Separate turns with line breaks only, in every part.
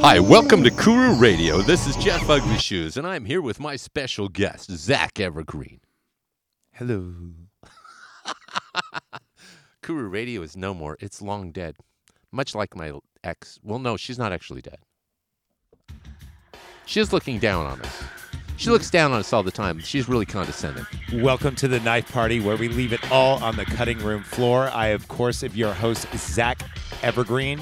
Hi, welcome to Kuru Radio. This is Jeff Ugly Shoes, and I'm here with my special guest, Zach Evergreen.
Hello.
Kuru Radio is no more. It's long dead. Much like my ex. Well, no, she's not actually dead. She is looking down on us. She looks down on us all the time. She's really condescending.
Welcome to the knife party where we leave it all on the cutting room floor. I, of course, am your host, Zach Evergreen.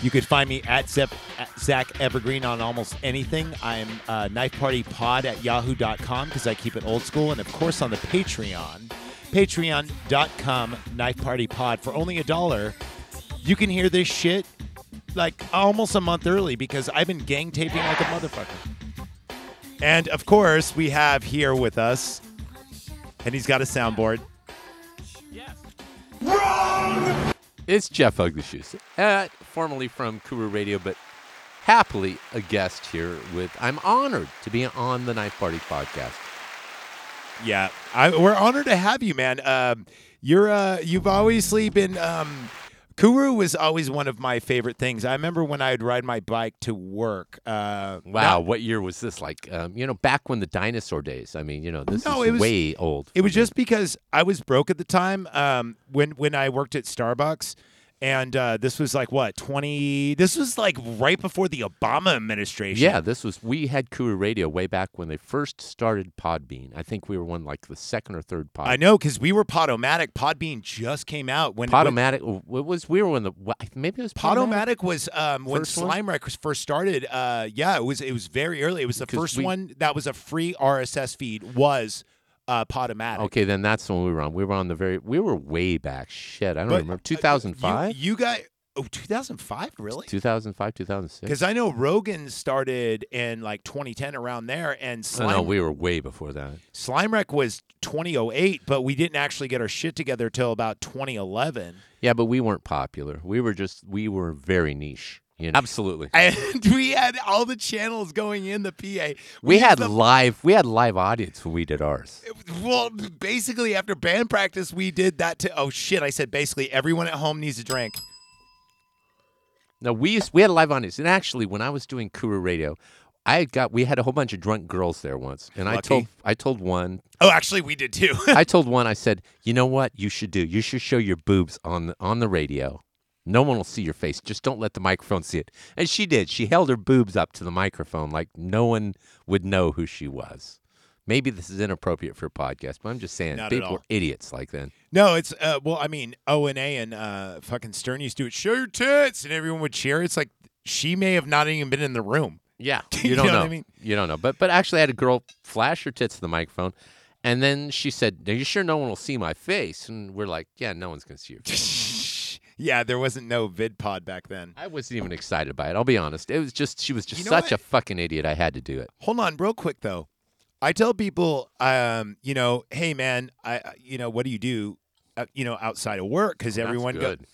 You could find me at, Zep, at Zach Evergreen on almost anything. I'm uh, Knife Party Pod at yahoo.com because I keep it old school. And, of course, on the Patreon, patreon.com Knife Party Pod. For only a dollar, you can hear this shit like almost a month early because I've been gang taping like a motherfucker. And of course, we have here with us, and he's got a soundboard.
It's Jeff Ugly Shoes, uh, formerly from Kuru Radio, but happily a guest here with. I'm honored to be on the Knife Party podcast.
Yeah, I, we're honored to have you, man. Um, you're uh, you've obviously been. Um, Kuru was always one of my favorite things. I remember when I would ride my bike to work. Uh,
Wow, what year was this? Like, um, you know, back when the dinosaur days. I mean, you know, this
No,
is
it was-
way old.
It was just because I was broke at the time um, when when I worked at Starbucks, and uh, this was like what twenty. This was like right before the Obama administration.
yeah, this was. We had Kuru Radio way back when they first started Podbean. I think we were one like the second or third pod.
I know because we were Podomatic. Podbean just came out when when-
Podomatic. What was we were when the wha- maybe it was
Podomatic was um, when
First one?
Slime Records first started. Uh, yeah, it was it was very early. It was the
Because
first
we-
one that was a free RSS feed was uh, Podomatic.
Okay, then that's the one we were on. We were on the very. We were way back. Shit, I don't
But, uh,
remember. Two thousand five.
You, you got oh 2005 really?
2005, 2006.
Because I know Rogan started in like 2010 around there, and Slime
No, we were way before that.
Slime Rec was 2008, but we didn't actually get our shit together till about 2011.
Yeah, but we weren't popular. We were just we were very niche. You know? Absolutely.
And we had all the channels going in the PA.
We
used
had
the
live we had live audience when we did ours.
Well, basically, after band practice, we did that to. Oh shit! I said basically everyone at home needs a drink.
No, we used we had a live audience, and actually, when I was doing Kuru Radio, I had got we had a whole bunch of drunk girls there once, and I
Lucky.
told I told one
Oh, actually, we did too.
I told one I said, you know what you should do? You should show your boobs on the on the radio. No one will see your face. Just don't let the microphone see it. And she did. She held her boobs up to the microphone like no one would know who she was. Maybe this is inappropriate for a podcast, but I'm just saying
Not at
people
all.
were idiots like then.
no, it's uh, well, I mean, O and A and uh, fucking Stern used to do it. Show your tits, and everyone would cheer. It's like she may have not even been in the room.
Yeah,
You
you don't
know
know.
what I mean?
You don't know. But but actually, I had a girl flash her tits to the microphone, and then she said, "Are you sure no one will see my face?" And we're like, "Yeah, no one's gonna see your face."
yeah, there wasn't no VidPod back then.
I wasn't even excited by it. I'll be honest. It was just she was just
You know
such
what?
a fucking idiot. I had to do it.
Hold on, real quick though. I tell people, um, you know, hey man, I, I- you know, what do you do, uh, you know, outside of work? Because everyone
That's
go-
good.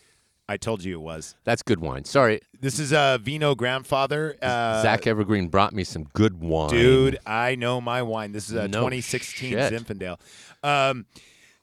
I told you it was.
That's good wine. Sorry,
This is uh, Vino grandfather. Uh,
Zach Evergreen brought me some good wine,
Dude, I know my wine. This is a
No
2016
shit.
Zinfandel. Um,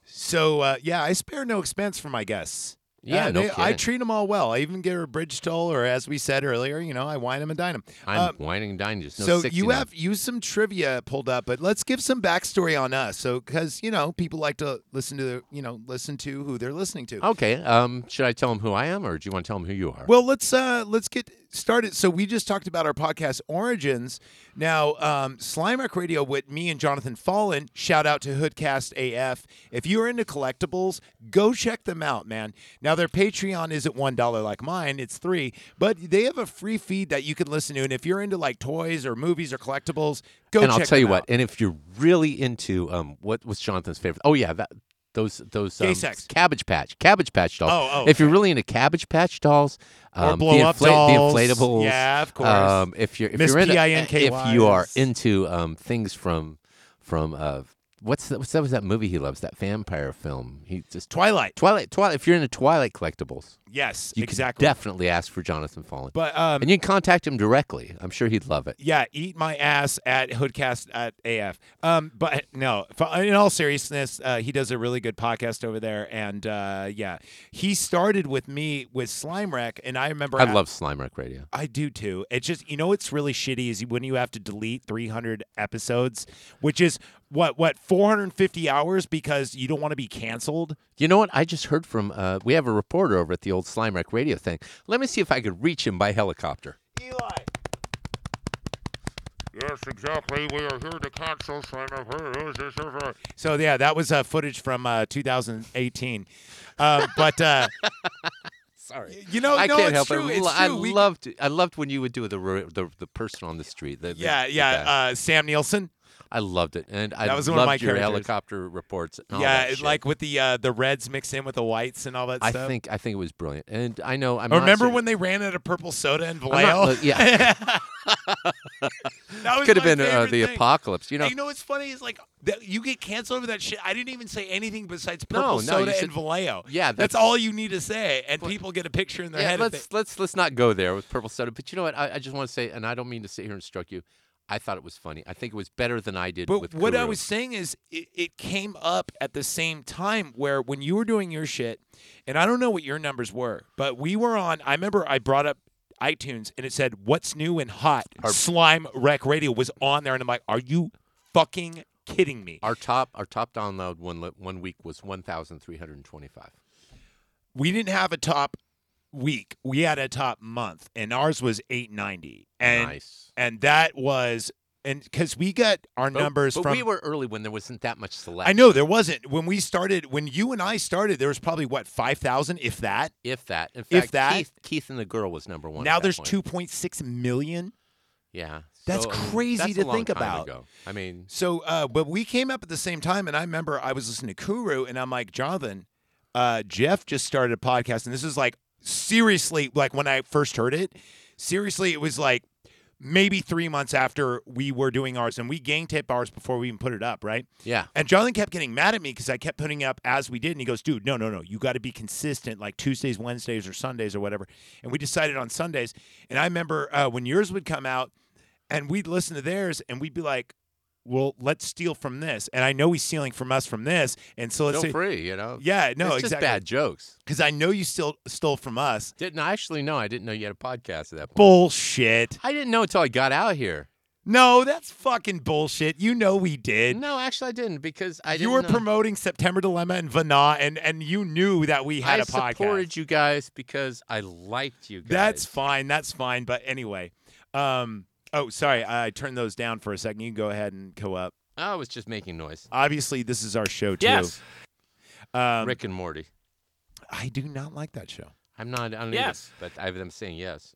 so uh, yeah, I spare no expense for my guests.
Yeah,
Uh,
no
they- I
kidding.
treat them all well. I even give her a bridge toll, or as we said earlier, you know, I wine them and dine them.
I'm
Um,
whining and dining. Just no
so
60
you
now.
have you some trivia pulled up, but let's give some backstory on us. So because you know people like to listen to you know listen to who they're listening to.
Okay. Um, should I tell him who I am, or do you want to tell him who you are?
Well, let's uh let's get started. So we just talked about our podcast origins. Now, um, Slime Rock Radio with me and Jonathan Fallen. Shout out to Hoodcast AF. If you're into collectibles, go check them out, man. Now their Patreon isn't one dollar like mine; it's three. But they have a free feed that you can listen to, and if you're into like toys or movies or collectibles, go.
and I'll
check
tell you
them
what.
out.
And if you're really into um, what was Jonathan's favorite? Oh yeah, that those those
Gay
um,
sex.
Cabbage Patch, Cabbage Patch dolls.
Oh, oh,
if you're really into Cabbage Patch dolls, um,
or blow
the,
up
infla-
dolls.
the inflatables.
Yeah, of course.
Um, if you're if
Miss
you're into,
P.I.N.K.Y.'s.
if you are into um, things from from uh, what's that, what's that was that movie he loves? That vampire film. He just Twilight. Twilight. Twilight. If you're into Twilight collectibles,
Yes,
you
exactly.
could definitely ask for Jonathan Fallen,
but um,
and you can contact him directly. I'm sure he'd love it.
yeah, eat my ass at hoodcast at AF. Um, but no, f- in all seriousness, uh, he does a really good podcast over there, and uh, yeah, he started with me with Slime Wreck, and I remember
I love Slime Rock Radio.
I do too. It's just you know what's really shitty is when you have to delete 300 episodes, which is what what 450 hours because you don't want to be canceled.
You know what? I just heard from. Uh, we have a reporter over at the old Slime Rock Radio thing. Let me see if I could reach him by helicopter.
Yes, exactly. We are here to cancel sign of her as a server.
So yeah, that was uh, footage from uh, 2018. Uh, but uh,
Sorry.
you know,
I
no,
can't
it's
help
true.
it.
It's
I
true. We-
loved. I loved when you would do the ro- the, the person on the street. The, the-
yeah,
the
yeah.
guy.
Uh, Sam Nielsen.
I loved it, and I
That was one
loved
of my
your
characters.
helicopter reports. And all
yeah,
that
it-
shit.
like with the uh, the reds mixed in with the whites and all that
I
stuff.
think I think it was brilliant, and I know I'm.
I
not
remember
certain-
when they ran out of purple soda
I'm
in
not-
Vallejo?
look, yeah,
That was
could have
my
been uh,
favorite
the
thing.
apocalypse. You
You know,
know,
you know what's funny is like that you get canceled over that shit. I didn't even say anything besides
No,
purple
no,
soda
you should-
and Vallejo.
Yeah,
that's,
that's-
all you need to say, and people get a picture in their
yeah.
head.
Let's
of it.
let's let's not go there with purple soda. But you know what? I, I just want to say, and I don't mean to sit here and stroke you. I thought it was funny. I think it was better than I did.
But
with
what I
Guru.
was saying is, it, it came up at the same time where when you were doing your shit, and I don't know what your numbers were, but we were on. I remember I brought up iTunes and it said, "What's new and hot?" Slime Wreck Radio was on there, and I'm like, "Are you fucking kidding me?"
our top our top download one li- one week was one thousand three hundred and twenty five.
we didn't have a top week. We had a top month, and ours was 890. And
Nice.
and that was and because we got our
But-
numbers
but
from.
we were early when there wasn't that much selection.
I know there wasn't when we started. When you and I started, there was probably what five thousand, if that.
if that. In
If
fact,
that-
Keith, Keith and the girl was number one. at
now
that
there's
point.
two point six million.
Yeah,
That's
I mean,
crazy
that's
to
a long
think
time
about.
ago. I mean,
So, uh, but we came up at the same time, and I remember I was listening to Kuru, and I'm like, Jonathan, uh, Jeff just started a podcast, and this is like seriously, like when I first heard it, seriously, it was like maybe three months after we were doing ours, and we gang taped ours before we even put it up, right?
yeah,
And Jonathan kept getting mad at me because I kept putting up as we did, and he goes, "Dude, no, no, no, you got to be consistent, like Tuesdays, Wednesdays, or Sundays, or whatever." And we decided on Sundays. And I remember uh, when yours would come out, and we'd listen to theirs, and we'd be like, "Well, let's steal from this." And I know he's stealing from us from this, and so let's
feel
say,
free. You know,
yeah, no,
it's just
exactly,
bad jokes.
because I know you still stole from us.
Didn't I actually know? I didn't know you had a podcast at that point.
Bullshit.
I didn't know until I got out here.
No, that's fucking bullshit. You know we did.
No, actually, I didn't because I
you
didn't
were
know.
promoting September Dilemma and Vana, and and you knew that we had
I
a podcast.
supported you guys because I liked you guys.
That's fine. That's fine. But anyway, um, oh, sorry, I turned those down for a second. You can go ahead and go up.
I was just making noise.
Obviously, this is our show too.
Yes.
Um,
Rick and Morty.
I do not like that show.
I'm not. I don't
Yes.
Either, but I, I'm saying yes.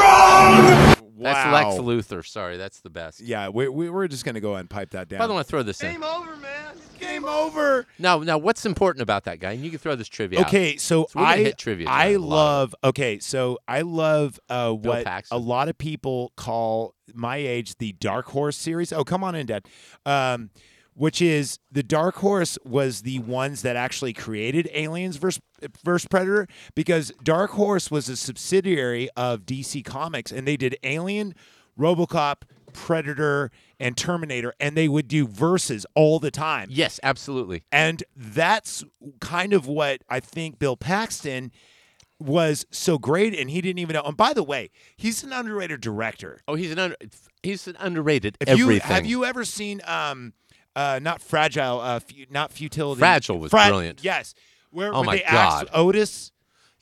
Wow.
That's Lex Luthor. Sorry, that's the best.
Yeah, we, we we're just gonna go ahead and pipe that down.
By the way, throw this in.
game over.
Now, now, what's important about that guy? And you can throw this trivia. out.
Okay, so,
So we're gonna
I
hit trivia. tonight,
I
a lot
love. Okay, so I love uh, what a
Paxton.
lot of people call my age the Dark Horse series. Oh, come on in, Dad. Um, which is the Dark Horse was the ones that actually created Aliens versus, versus Predator because Dark Horse was a subsidiary of DC Comics and they did Alien, RoboCop, Predator, and Terminator, and they would do verses all the time.
of it. Yes, absolutely.
And that's kind of what I think Bill Paxton was so great, and he didn't even know. And by the way, he's an underrated director.
Oh, he's an under, he's an underrated
If
everything.
you have you ever seen um, uh, not fragile, uh, fu- not futility.
Fragile was brilliant.
Yes, where,
Oh
where
my
they axe
God.
Otis.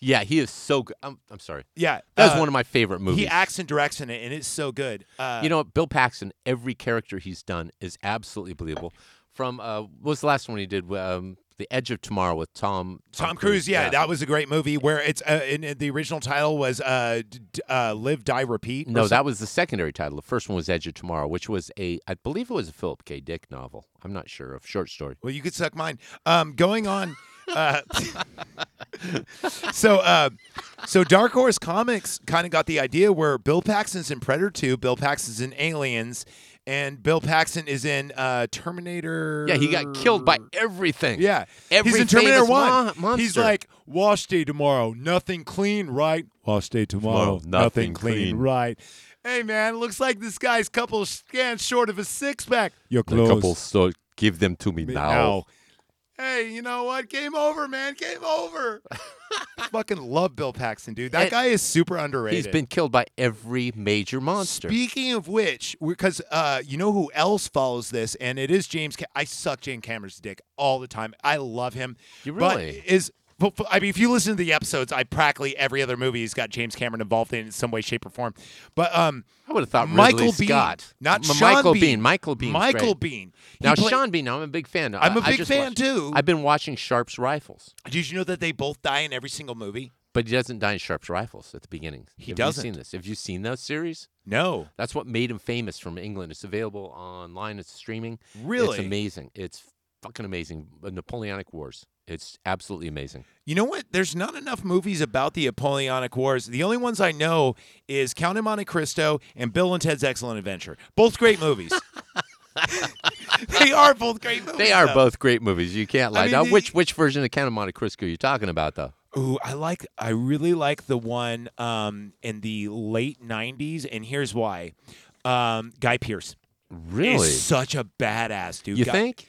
Yeah, he is so good. I'm, I'm sorry.
Yeah,
That was
uh,
one of my favorite movies.
He acts and directs in it, and it's so good. Uh,
you know, what, Bill Paxton, every character he's done is absolutely believable. From uh, what was the last one he did? Um, the Edge of Tomorrow with Tom.
Tom, Cruise, yeah, that was a great movie. Where it's uh, in, in the original title was uh, d- d- uh, "Live, Die, Repeat." or
no,
something.
that was the secondary title. The first one was Edge of Tomorrow, which was a, I believe it was a Philip K. Dick novel. I'm not sure of short story.
Well, you could suck mine. Um, going on. Uh, so, uh, so Dark Horse Comics kind of got the idea where Bill Paxton's in Predator Two, Bill Paxton's in Aliens, and Bill Paxton is in uh, Terminator.
Yeah, he got killed by everything.
Yeah,
Every
he's in Terminator
famous
One.
mon- monster.
He's like wash day tomorrow, nothing clean, right? Wash day tomorrow,
Tomorrow, nothing
clean,
clean.
right? Hey man, looks like this guy's couple scans short of a six pack. Your
the
clothes
couple. So give them to me,
me
now.
Hey, you know what? Game over, man. Game over. Fucking love Bill Paxton, dude. That
And-
guy is super underrated.
He's been killed by every major monster.
Speaking of which, because uh, you know who else follows this, and it is James. Ca- I suck James Cameron's dick all the time. I love him.
You really?
But is but- but- I mean, if you listen to the episodes, I practically every other movie he's got James Cameron involved in in some way, shape, or form. But um,
I would have thought
Michael
Ridley
Biehn,
Scott,
not
M-
Sean
Michael Bean.
Biehn.
Michael Bean.
Michael Bean. he
Now
played-
Sean Bean, I'm a big fan.
I'm
a
a big fan, too.
I've been watching Sharp's Rifles,
Did you know that they both die in every single movie?
but he doesn't die in Sharp's Rifles at the beginning.
He
Have
doesn't.
You seen this? Have you seen those series?
No,
That's what made him famous from England. It's available online. It's streaming.
really.
It's amazing. It's fucking amazing. The Napoleonic Wars. It's absolutely amazing.
You know what? There's not enough movies about the Napoleonic Wars. The only ones I know is Count of Monte Cristo and Bill and Ted's Excellent Adventure. Both great movies. they are both great movies.
They are
though.
both great movies. You can't lie.
mean,
now,
the-
which which version of Count of Monte Cristo are you talking about, though?
Ooh, I like. I really like the one um, in the late '90s, and here's why: um, Guy Pearce
Really?
is such a badass dude.
You
Guy-
think?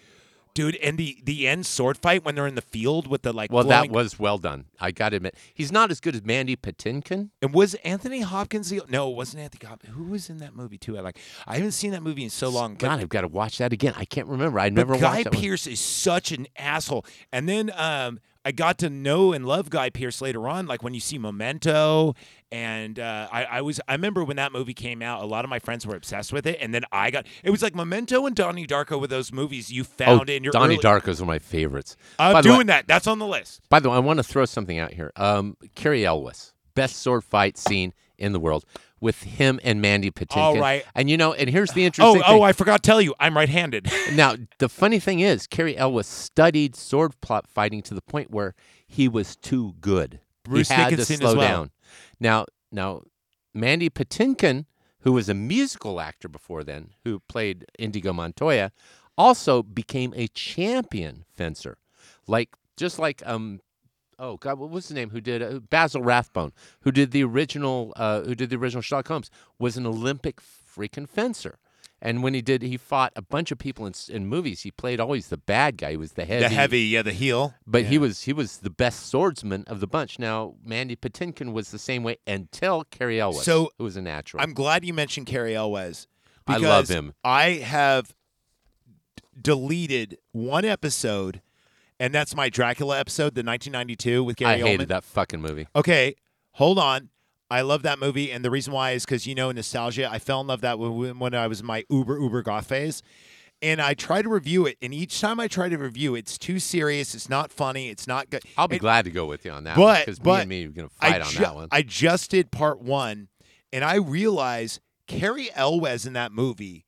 dude? And the the end sword fight when they're in the field with the like.
Well, that
glowing-
was well done. I got to admit, he's not as good as Mandy Patinkin.
And was Anthony Hopkins the? No, it wasn't Anthony Hopkins. Who was in that movie too? I like. I haven't seen that movie in so long. But,
God, I've got to watch that again. I can't remember. I
but
never
Guy
watched that one.
Pierce is such an asshole. And then um, I got to know and love Guy Pierce later on. Like when you see Memento, and uh, I, I was. I remember when that movie came out. A lot of my friends were obsessed with it, and then I got. It was like Memento and Donnie Darko were those movies you found in your.
Oh, Donnie
early-
Darko's one of my favorites.
I'm
By the way-
doing that. That's on the list.
By the way, I want to throw something out here. Um, Carrie Elwes, best sword fight scene in the world with him and Mandy Patinkin.
All right.
And you know, and here's the
Oh,
interesting
oh!
thing.
I forgot to tell you, I'm right-handed.
Now, the funny thing is, Carrie Elwes studied sword plot fighting to the point where he was too good.
Bruce
he had
Dickinson
to
as
slow
well.
down. Now, now, Mandy Patinkin, who was a musical actor before then, who played Indigo Montoya, also became a champion fencer, like just like um. Oh God! What was the name? Who did uh, Basil Rathbone? Who did the original? Uh, who did the original Sherlock Holmes? Was an Olympic freaking fencer, and when he did, he fought a bunch of people in, s- in movies. He played always the bad guy. He was the heavy,
the heavy, yeah, the heel.
but
Yeah.
he was he was the best swordsman of the bunch. Now Mandy Patinkin was the same way until Carrie Elwes,
So,
who was a natural.
I'm glad you mentioned Carrie Elwes.
I love
because
him.
I have d- deleted one episode, and that's my Dracula episode, the 1992 with Gary
I
Oldman.
hated that fucking movie.
Okay, hold on. I love that movie, and the reason why is because you know nostalgia. I fell in love that when, when I was in my uber uber goth phase, and I try to review it. And each time I try to review, it's too serious. It's not funny. It's not good.
I'll be
It-
glad to go with you on that,
but-
because me
but
and me are gonna
I
fight on
ju-
that one.
I just did part one, and I realize Carrie Elwes in that movie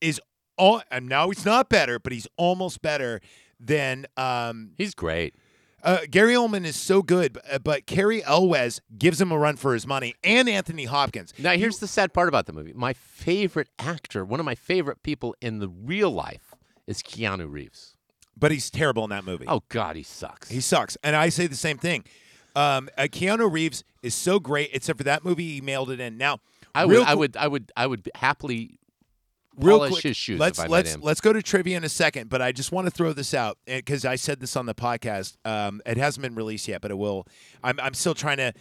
is all. And now he's not better, but he's almost better than um,
He's great.
uh, Gary Oldman is so good, b- uh, but Carrie Elwes gives him a run for his money, and Anthony Hopkins.
Now here's the sad part about the movie. My favorite actor, one of my favorite people in the real life, is Keanu Reeves.
But he's terrible in that movie.
Oh God, he sucks.
He sucks. And I say the same thing. Um, uh, Keanu Reeves is so great, except for that movie. He mailed it in. Now,
I would,
real
I
qu-
would, I would, I would happily
real
polish
quick,
his shoes
Let's
if I met
let's
him.
let's go to trivia in a second, but I just want to throw this out because I said this on the podcast. Um, it hasn't been released yet, but it will. I'm I'm still trying to.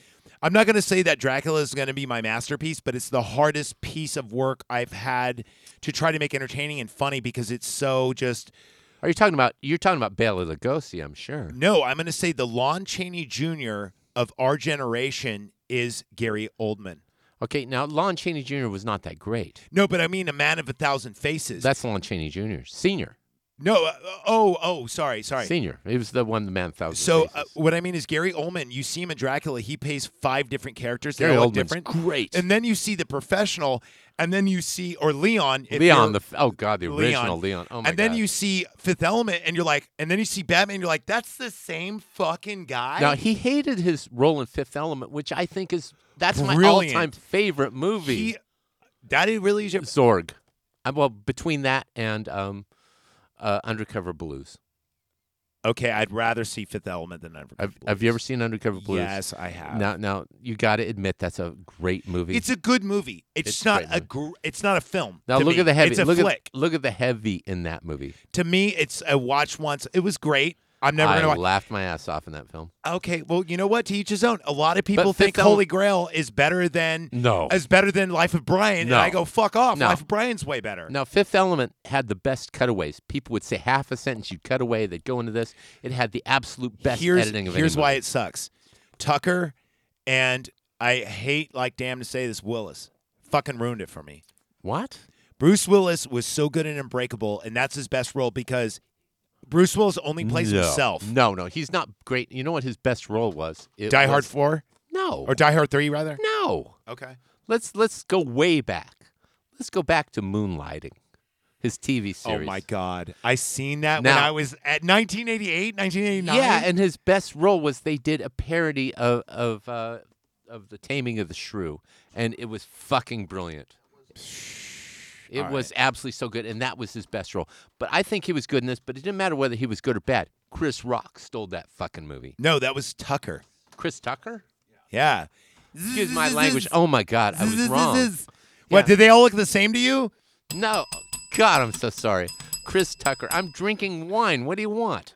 I'm not going to say that Dracula is going to be my masterpiece, but it's the hardest piece of work I've had to try to make entertaining and funny because it's so just.
Are you talking about? You're talking about Bela Lugosi, I'm sure.
No, I'm going to say the Lon Chaney Jr. of our generation is Gary Oldman.
Okay, now Lon Chaney Jr. was not that great.
No, but I mean a man of a thousand faces.
That's Lon Chaney Jr. Senior,
no, uh, oh, oh, sorry, sorry.
senior. He was the one the man with thousand.
So uh,
faces.
what I mean is Gary Oldman. You see him in Dracula. He plays five different characters. They
Gary
all look
Oldman's
different.
great.
And then you see the professional, and then you see or Leon. if
Leon, the
you're-
f- oh god, the original Leon. Oh my
and then
God.
you see Fifth Element, and you're like, and then you see Batman, and you're like, that's the same fucking guy.
now he hated his role in Fifth Element, which I think is that's my
Brilliant.
all-time favorite movie.
he, that is really is your-
Zorg. Uh, well, between that and um, uh, Undercover Blues.
Okay, I'd rather see Fifth Element than Undercover
Have,
Blues.
have you ever seen Undercover Blues?
Yes, I have.
Now, now you got to admit that's a great movie.
It's a good movie. It's,
It's a
not
great
a gr- it's not a film.
now
to
look
me.
at the heavy.
It's a
look
flick.
at look at the heavy in that movie.
to me, it's a watch once. It was great. I'm never
I
gonna watch.
laughed my ass off in that film.
Okay, well, you know what? To each his own. A lot of people
Fifth
think
Ele-
Holy Grail is better than
No,
is better than Life of Brian,
No.
and I go fuck off.
No.
Life of Brian's way better.
Now, Fifth Element had the best cutaways. People would say half a sentence, you'd cut away, they'd go into this. It had the absolute best
here's
editing of any
here's why
movie.
it sucks. Tucker and I hate like damn to say this Willis fucking ruined it for me.
What?
Bruce Willis was so good in Unbreakable, and that's his best role because Bruce Willis only plays
no.
himself.
No, no, he's not great. You know what his best role was? It
Die
was-
Hard Four
No.
or Die Hard Three, rather.
no.
Okay.
Let's let's go way back. Let's go back to Moonlighting, his TV series.
Oh my God, I seen that when
Now-
I was at 1988, 1989.
Yeah, and his best role was they did a parody of of uh, of the Taming of the Shrew, and it was fucking brilliant. It
All
was absolutely so good, and that was his best role. But I think he was good in this. But it didn't matter whether he was good or bad. Chris Rock stole that fucking movie.
no, that was Tucker.
Chris Tucker.
Yeah.
Excuse my language. Oh my God, I was wrong.
What
Yeah.
did they all look the same to you?
No, God, I'm so sorry. Chris Tucker. I'm drinking wine. What do you want?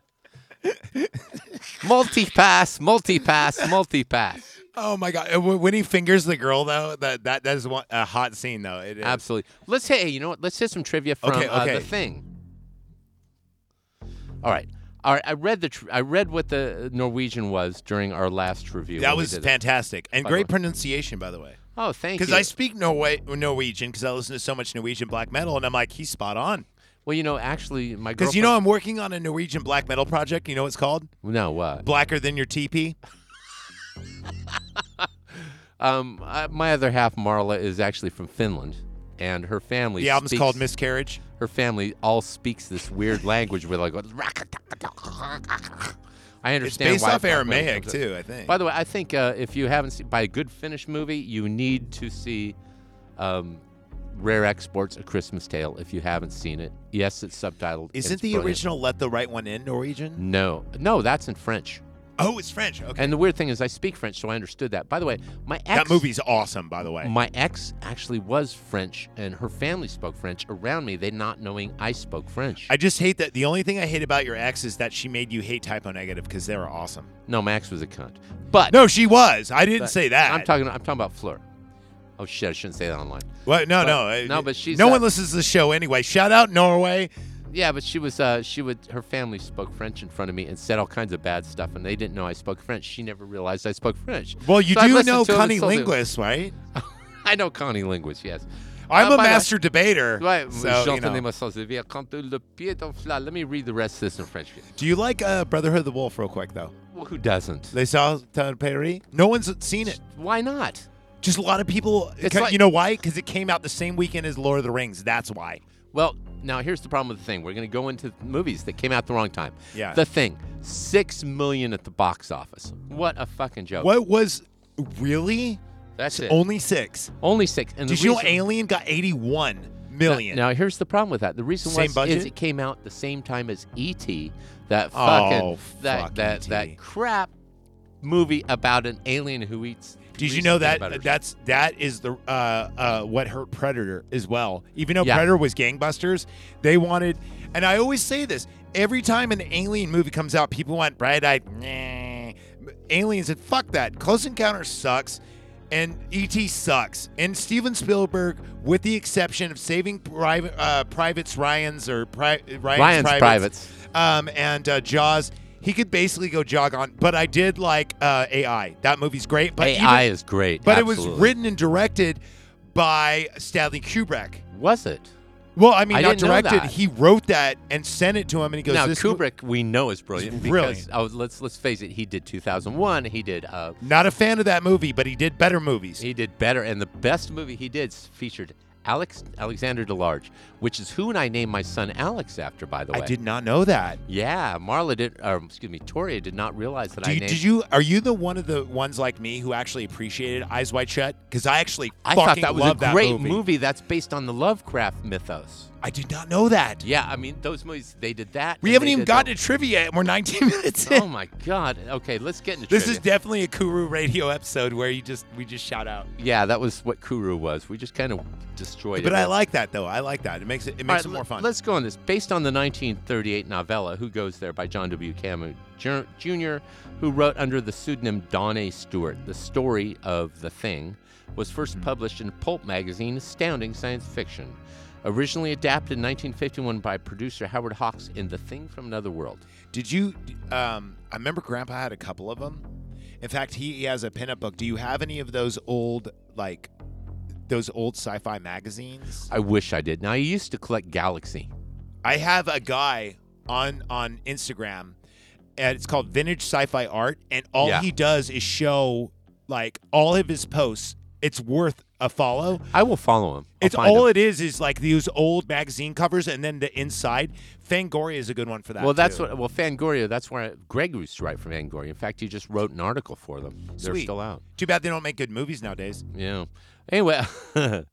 multi-pass, multi-pass, multi-pass.
Oh my God! And when when he fingers the girl though, that that that is one, a hot scene though. It is.
Absolutely. Let's hit. Hey, you know what? Let's hit some trivia from
Okay,
Uh,
okay.
the thing. All right. All right. I read the. Tr- I read what the Norwegian was during our last review.
That
when we
was
did it.
fantastic and
By the
great
way.
pronunciation, by the way.
Oh, thank you.
Because I speak Norway Norwegian because I listen to so much Norwegian black metal, and I'm like, he's spot on.
well, you know, actually, my
Because you know, I'm working on a Norwegian black metal project. You know what it's called?
no what?
Blacker than your teepee.
Um, uh, my other half, Marla, is actually from Finland, and her family.
The album's
speaks-
called Miscarriage.
her family all speaks this weird language where they go. I understand.
It's based
why
off
black metal
Aramaic
comes up.
too, I think.
By the way, I think uh, if you haven't seen by a good Finnish movie, you need to see um, Rare Exports: A Christmas Tale. If you haven't seen it, yes, it's subtitled. and
Isn't
it's
the
brilliant.
original "Let the Right One In" Norwegian?
No, no, that's in French.
Oh, it's French. Okay.
And the weird thing is, I speak French, so I understood that. By the way, my ex,
that movie's awesome, by the way.
my ex actually was French, and her family spoke French around me. They not knowing I spoke French.
I just hate that. The only thing I hate about your ex is that she made you hate typo negative because they were awesome.
no, Max was a cunt, but
No, she was. I didn't
but-
say that.
I'm talking. I'm talking about Fleur. Oh shit! I shouldn't say that online.
Well, no,
but-
no, I-
no, but she's,
no
uh,
one listens to the show anyway. Shout out Norway.
Yeah, but she was uh, she would her family spoke French in front of me and said all kinds of bad stuff, and they didn't know I spoke French. She never realized I spoke French.
Well, you
So I
do
listened
know
to 'em and
Connie
sold it.
Linguist, right?
I know Connie linguist. Yes.
I'm
Uh,
a
by the-
master debater.
Right.
so, you
j'entendais
know.
ma sans éveil quand le pied dans la- Let me read the rest of this in French.
Do you like uh, Brotherhood of the Wolf, real quick though?
Well, who doesn't?
Les Sales de Paris. No one's seen it.
Why not?
Just a lot of people.
It's
ca-
like-
you know why? Because it came out the same weekend as Lord of the Rings. That's why.
Well, now here's the problem with the thing. We're going to go into movies that came out the wrong time.
Yeah.
The thing, six million at the box office. What a fucking joke.
What was really
That's it.
only six?
Only six. And the
Did you know
reason-
Alien got 81 million?
Now, now here's the problem with that. The reason
Same
was
budget?
is it came out the same time as E.T. That fucking
Oh, E
that
fuck
that
E.T..
that crap movie about an alien who eats.
Did you
greasy
know
peanut
that
butters.
that's that is the uh, uh, what hurt Predator as well? Even though
Yeah.
Predator was gangbusters, they wanted, and I always say this every time an alien movie comes out, people want bright eyed. Aliens said, "Fuck that! Close Encounter sucks, and ET sucks." And Steven Spielberg, with the exception of Saving Private uh, Privates Ryan's or Pri- Ryan's,
Ryan's Privates.
um, and uh, Jaws. He could basically go jog on, but I did like uh, AI. That movie's great, but even-
AI is great?
but it was
absolutely.
written and directed by Stanley Kubrick.
Was it?
Well, I mean,
I
not
didn't know
directed.
that.
He wrote that and sent it to him, and he goes,
Now
this
Kubrick, we know is brilliant
He's
because
brilliant.
oh, let's let's face it, he did 2001. He did uh,
Not a fan of that movie, but he did better movies.
he did better, and the best movie he did featured Alex Alexander DeLarge, which is who and I named my son Alex after, by the way.
I did not know that.
Yeah, Marla did. Or excuse me, Toria did not realize that
Do
I
you,
named.
did you? Are you the one of the ones like me who actually appreciated Eyes Wide Shut? Because I actually
I
fucking
thought that was a
love
great
movie.
that's based on the Lovecraft mythos.
I did not know that.
Yeah, I mean those movies they did that.
We
and
haven't
they
even
did
gotten
the-
to trivia, and we're 19 minutes in.
Oh my god. Okay, let's get into
this
trivia.
is definitely a Kuru Radio episode where you just we just shout out.
yeah, that was what Kuru was. We just kind of destroyed
But
it.
I like that though. I like that. It makes it it makes
All
it
right,
more
let-
fun.
Let's go on this. Based on the 1938 novella "Who Goes There" by John W. Camus Jr., Jr., who wrote under the pseudonym Don A. Stewart, the story of the Thing was
Mm-hmm.
first published in pulp magazine Astounding Science Fiction. Originally adapted in 1951 by producer Howard Hawks in *The Thing from Another World*.
Did you? Um, I remember Grandpa had a couple of them. In fact, he, he has a pinup book. Do you have any of those old like those old sci-fi magazines?
I wish I did. Now I used to collect Galaxy.
I have a guy on on Instagram, and it's called Vintage Sci-Fi Art, and all
Yeah.
he does is show like all of his posts. It's worth a follow.
I will follow him. I'll
it's
find
all
him.
it is is like these old magazine covers, and then the inside. Fangoria is a good one for that.
Well, that's
too.
what. Well, Fangoria. That's where Greg used to write for Fangoria. In fact, he just wrote an article for them. They're
Sweet.
still out.
Too bad they don't make good movies nowadays.
Yeah. Anyway,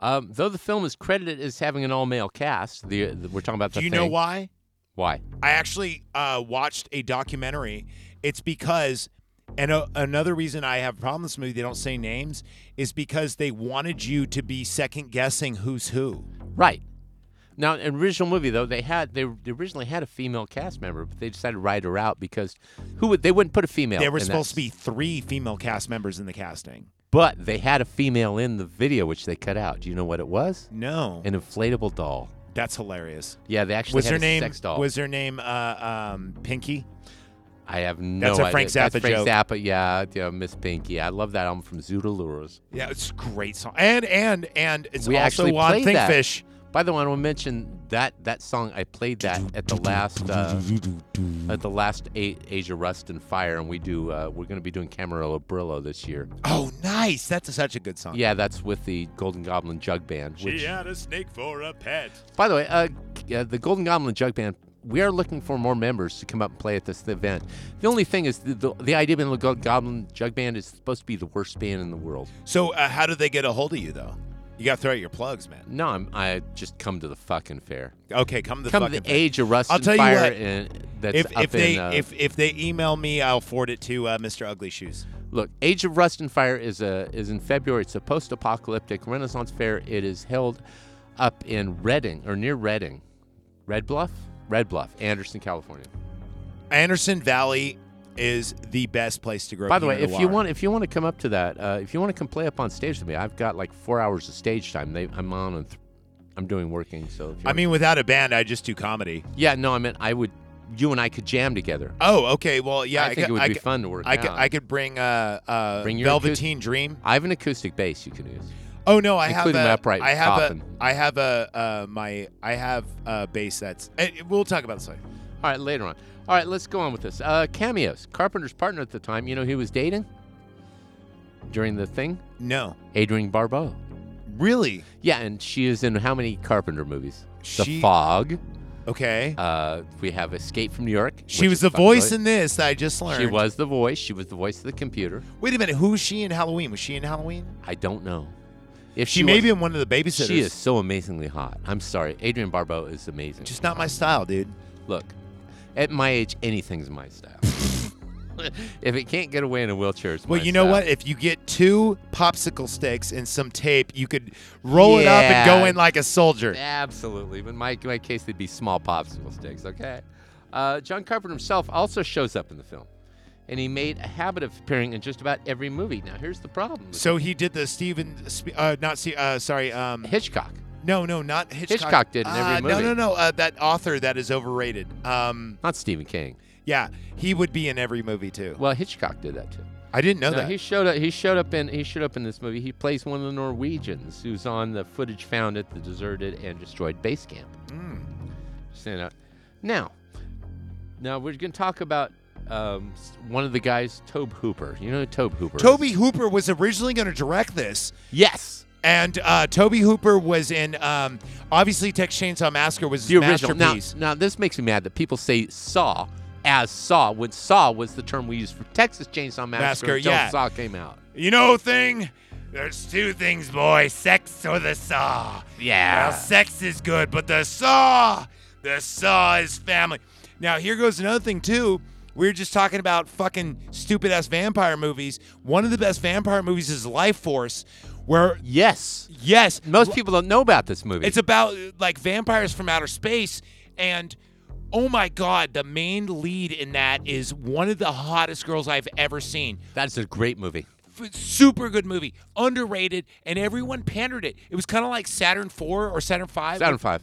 um, though the film is credited as having an all-male cast, the, the- we're talking about the
Do you know
Thing.
why?
Why?
I actually uh, watched a documentary. It's because, and uh another reason I have problems with this movie, they don't say names, is because they wanted you to be second guessing who's who.
Right. Now, in the original movie though, they had they, they originally had a female cast member, but they decided to write her out because who would they wouldn't put a female.
There were
in that-
supposed to be three female cast members in the casting.
but they had a female in the video, which they cut out. Do you know what it was?
No,
An inflatable doll.
that's hilarious.
Yeah, they actually
Was
had
her
a
name
sex doll.
was her name uh, um, Pinky?
I have no
That's a
idea.
Frank
That's
Zappa
Frank
joke.
Zappa, yeah, yeah, Miss Pinky. I love that album from Zoodaloo's.
Yeah, it's a great song. And and and it's
We
also
actually
on
played that.
Thinkfish.
By the way, I want to mention that that song I played that at the last uh, at the last A- Asia Rust and Fire, and we do uh, we're going to be doing Camarillo Brillo this year.
Oh, nice! That's such a good song.
Yeah, that's with the Golden Goblin Jug Band. Which,
had a snake for a pet.
by the way, uh, g- uh, the Golden Goblin Jug Band. We are looking for more members to come up and play at this event. The only thing is, the, the, the idea behind the Golden Goblin Jug Band is supposed to be the worst band in the world.
So, uh, how do they get a hold of you though? You got to throw out your plugs, man.
No, I'm, I just come to the fucking fair.
Okay, come to the
come to
fucking
the
thing.
Age of Rust
I'll
and
tell you
Fire.
what,
and that's
If,
up
if they
in, uh,
if if they email me, I'll forward it to uh, Mr. Ugly Shoes.
Look, Age of Rust and Fire is a is in February. It's a post-apocalyptic Renaissance fair. It is held up in Redding or near Redding, Red Bluff, Red Bluff, Anderson, California.
Anderson Valley is the best place to grow.
By the way,
Pinot
if you
Noir.
want if you want to come up to that, uh, if you want to come play up on stage with me, I've got like four hours of stage time. They, I'm on and th- I'm doing working. So if you
I mean, without a band, I just do comedy.
yeah, no, I meant I would. You and I could jam together.
Oh, okay. Well, yeah,
I, think
could,
it would
I
be
could,
fun to work
I
out.
could, I could bring uh, uh,
Bring your
Velveteen Dream.
I have an acoustic bass you can use.
Oh no, I have
Including
a,
my upright
I have
coffin.
a, I have a, uh, my, I have a bass that's. eh, we'll talk about this later.
All right, later on. All right, let's go on with this. Uh, cameos. Carpenter's partner at the time, you know who he was dating during the thing?
No,
Adrienne Barbeau.
really.
Yeah, and she is in how many Carpenter movies?
She-
the Fog.
Okay.
Uh, we have Escape from New York.
She
which
was
is
the
fucking
voice
brilliant.
in this that I just learned.
She was the voice. She was the voice of the computer.
Wait a minute, who was she in Halloween? Was she in Halloween?
I don't know if
She,
she,
may
was-
be in one of the babysitters.
She is so amazingly hot. I'm sorry, Adrienne Barbeau is amazing.
Just not my style, dude.
Look, at my age, anything's my style. if it can't get away in a wheelchair, it's
Well,
my
you know
style.
what? If you get two popsicle sticks and some tape, you could roll it up and go
Yeah.
in like a soldier.
Absolutely. But in my, my case, they'd be small popsicle sticks, okay? Uh, John Carpenter himself also shows up in the film, and he made a habit of appearing in just about every movie. Now, here's the problem with
So he did the Steven, Sp- uh, not Steve, uh, sorry, um,
Hitchcock.
no, no, not Hitchcock.
Hitchcock did in every
Uh,
movie.
No, no, no, uh, that author that is overrated. Um,
Not Stephen King.
yeah, he would be in every movie too.
Well, Hitchcock did that too.
I didn't know
Now,
that.
he showed up. He showed up in. He showed up in this movie. He plays one of the Norwegians who's on the footage found at the deserted and destroyed base camp.
Mm.
Stand out. Now, now we're going to talk about um, s- one of the guys, Tobe Hooper. You know who Tobe Hooper. is?
Toby Hooper was originally going to direct this,
Yes.
And uh, Toby Hooper was in. Um, obviously, Texas Chainsaw Massacre was
The
his
original. Now,
masterpiece.
now, this makes me mad that people say Saw as Saw when Saw was the term we used for Texas Chainsaw Massacre,
Massacre,
until
yeah.
Saw came out.
You know, thing. There's two things, boy: sex or the saw.
Yeah.
Well, sex is good, but the saw, the saw is family. Now, here goes another thing, too. We were just talking about fucking stupid ass vampire movies. One of the best vampire movies is Life Force, where,
Yes.
yes,
Most people don't know about this movie.
it's about uh, like vampires from outer space. And oh my God, the main lead in that is one of the hottest girls I've ever seen.
That's a great movie.
F- Super good movie, underrated, and everyone pandered it. It was kind of like Saturn 4 or Saturn 5.
Saturn Five.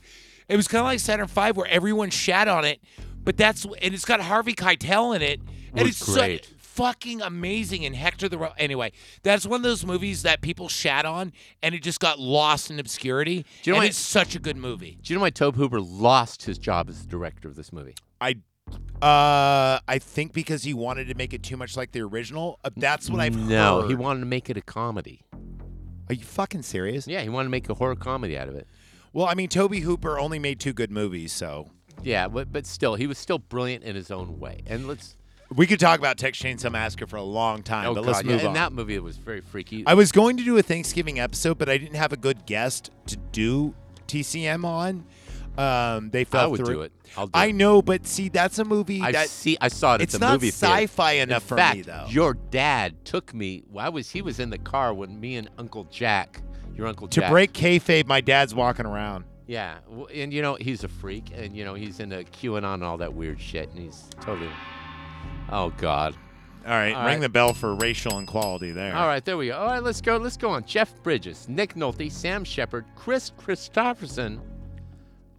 It was kind of like Saturn Five, where everyone shat on it, but that's and it's got Harvey Keitel in it, and
Was
it's so-
great.
fucking amazing. And Hector the Ro- anyway, that's one of those movies that people shat on, and it just got lost in obscurity.
Do you know
and
what-
it's such a good movie.
Do you know why Tobe Hooper lost his job as director of this movie?
I. Uh, I think because he wanted to make it too much like the original. Uh, that's what I've
no,
heard.
he wanted to make it a comedy.
Are you fucking serious?
Yeah, he wanted to make a horror comedy out of it.
Well, I mean, Toby Hooper only made two good movies, so
Yeah, but, but still, he was still brilliant in his own way. And let's
we could talk about Texas Chainsaw Massacre for a long time.
oh
but
God,
let's
yeah,
move
and
on.
that movie was very freaky.
I was going to do a Thanksgiving episode, but I didn't have a good guest to do TCM on. Um, they fell
I would
through.
do it. I'll do
I
it.
know, but see, that's a movie
I
that
see. I saw it at
it's
the
not
movie theater.
sci-fi enough
in
for
fact,
me, though.
Your dad took me. Why was he was in the car when me and Uncle Jack, your Uncle
to
Jack,
break kayfabe. My dad's walking around.
Yeah, w- and you know he's a freak, and you know he's into QAnon and all that weird shit, and he's totally. Oh God!
All right,
All
ring
right.
the bell for racial inequality there.
All right, there we go. All right, let's go. Let's go on. Jeff Bridges, Nick Nolte, Sam Shepard, Chris Christopherson.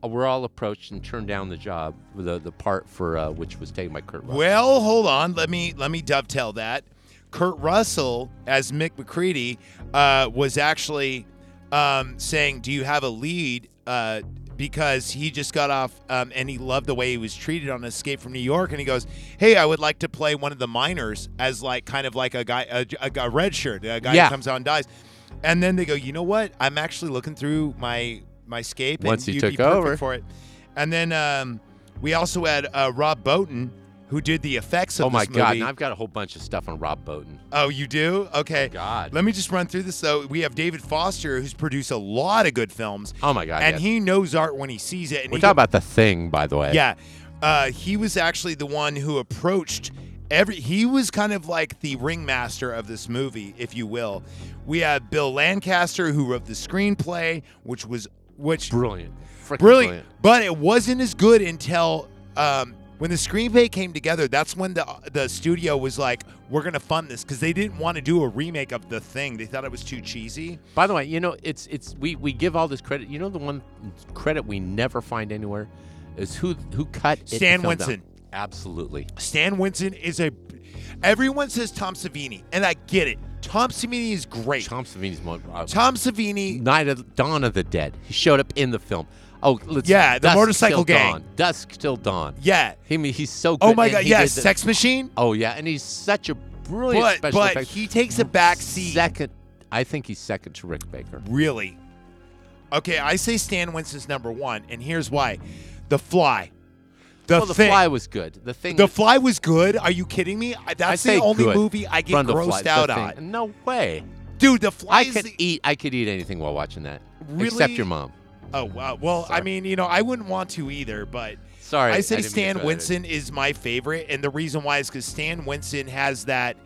uh, We're all approached and turned down the job, the the part for uh, which was taken by Kurt Russell.
Well, hold on. Let me let me dovetail that. Kurt Russell as Mick McCready uh, was actually um, saying, "Do you have a lead?" Uh, because he just got off um, and he loved the way he was treated on Escape from New York, and he goes, "Hey, I would like to play one of the minors as like kind of like a guy, a, a, a red shirt, a guy
Yeah.
who comes out and dies." And then they go, "You know what? I'm actually looking through my my scape."
Once he
and you'd
took
be perfect
over.
for it. And then um, we also had uh, Rob Bowden, who did the effects of
oh my
this
God!
movie.
And I've got a whole bunch of stuff on Rob Bowden.
oh, you do? Okay.
God.
Let me just run through this though. We have David Foster, who's produced a lot of good films,
Oh my God!
and
yes.
he knows art when he sees it. And
We're
he
talking about the thing, by the way.
Yeah. Uh, he was actually the one who approached every he was kind of like the ringmaster of this movie, if you will. We have Bill Lancaster who wrote the screenplay, which was which
Brilliant. Frickin'
brilliant, but it wasn't as good until um, when the screenplay came together. That's when the the studio was like, "We're gonna fund this" because they didn't want to do a remake of the thing. They thought it was too cheesy.
By the way, you know, it's it's we, we give all this credit. You know the one credit we never find anywhere is who who cut it
Stan
and filmed it.
Winston.
Absolutely.
Stan Winston is a. Everyone says Tom Savini, and I get it. Tom Savini is great. Tom,
Tom Savini's mo- uh,
Savini,
Night of Dawn of the Dead. He showed up in the film. Oh, let's
Yeah, the
Dusk
motorcycle
Till
gang.
Dawn. Dusk till dawn.
yeah.
He mean, he's so good.
Oh my
and
God,
he
yes,
did the-
Sex Machine.
oh yeah, and he's such a brilliant
But
special
but
effects-
he takes a back seat.
Second, I think he's second to Rick Baker.
Really? Okay, I say Stan Winston's number one, and here's why: The Fly, the,
well, the
Thing.
fly was good. The thing.
The Fly was good. Are you kidding me? I-
I
That's
say
the only
good
movie I get
from The Fly,
grossed
The
out
Thing.
on.
No way.
Dude, The Fly
I
is
could
the-
eat. I could eat anything while watching that, except
Really?
your mom.
Oh wow. Well, I
Sorry.
mean, you know, I wouldn't want to either, but
Sorry,
I
didn't
say
mean to
Stan
throw that
Winston is my favorite, and the reason why is because Stan Winston has that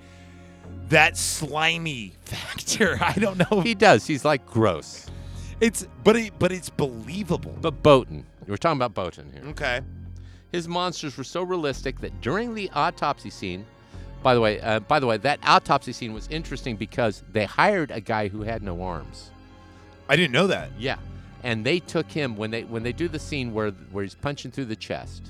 that slimy factor. I don't know.
at you. He does. He's like gross.
It's but it, but it's believable.
But Boaton, we're talking about Boaton here.
Okay.
His monsters were so realistic that during the autopsy scene, by the way, uh, by the way, that autopsy scene was interesting because they hired a guy who had no arms.
I didn't know that.
Yeah, and they took him when they when they do the scene where where he's punching through the chest.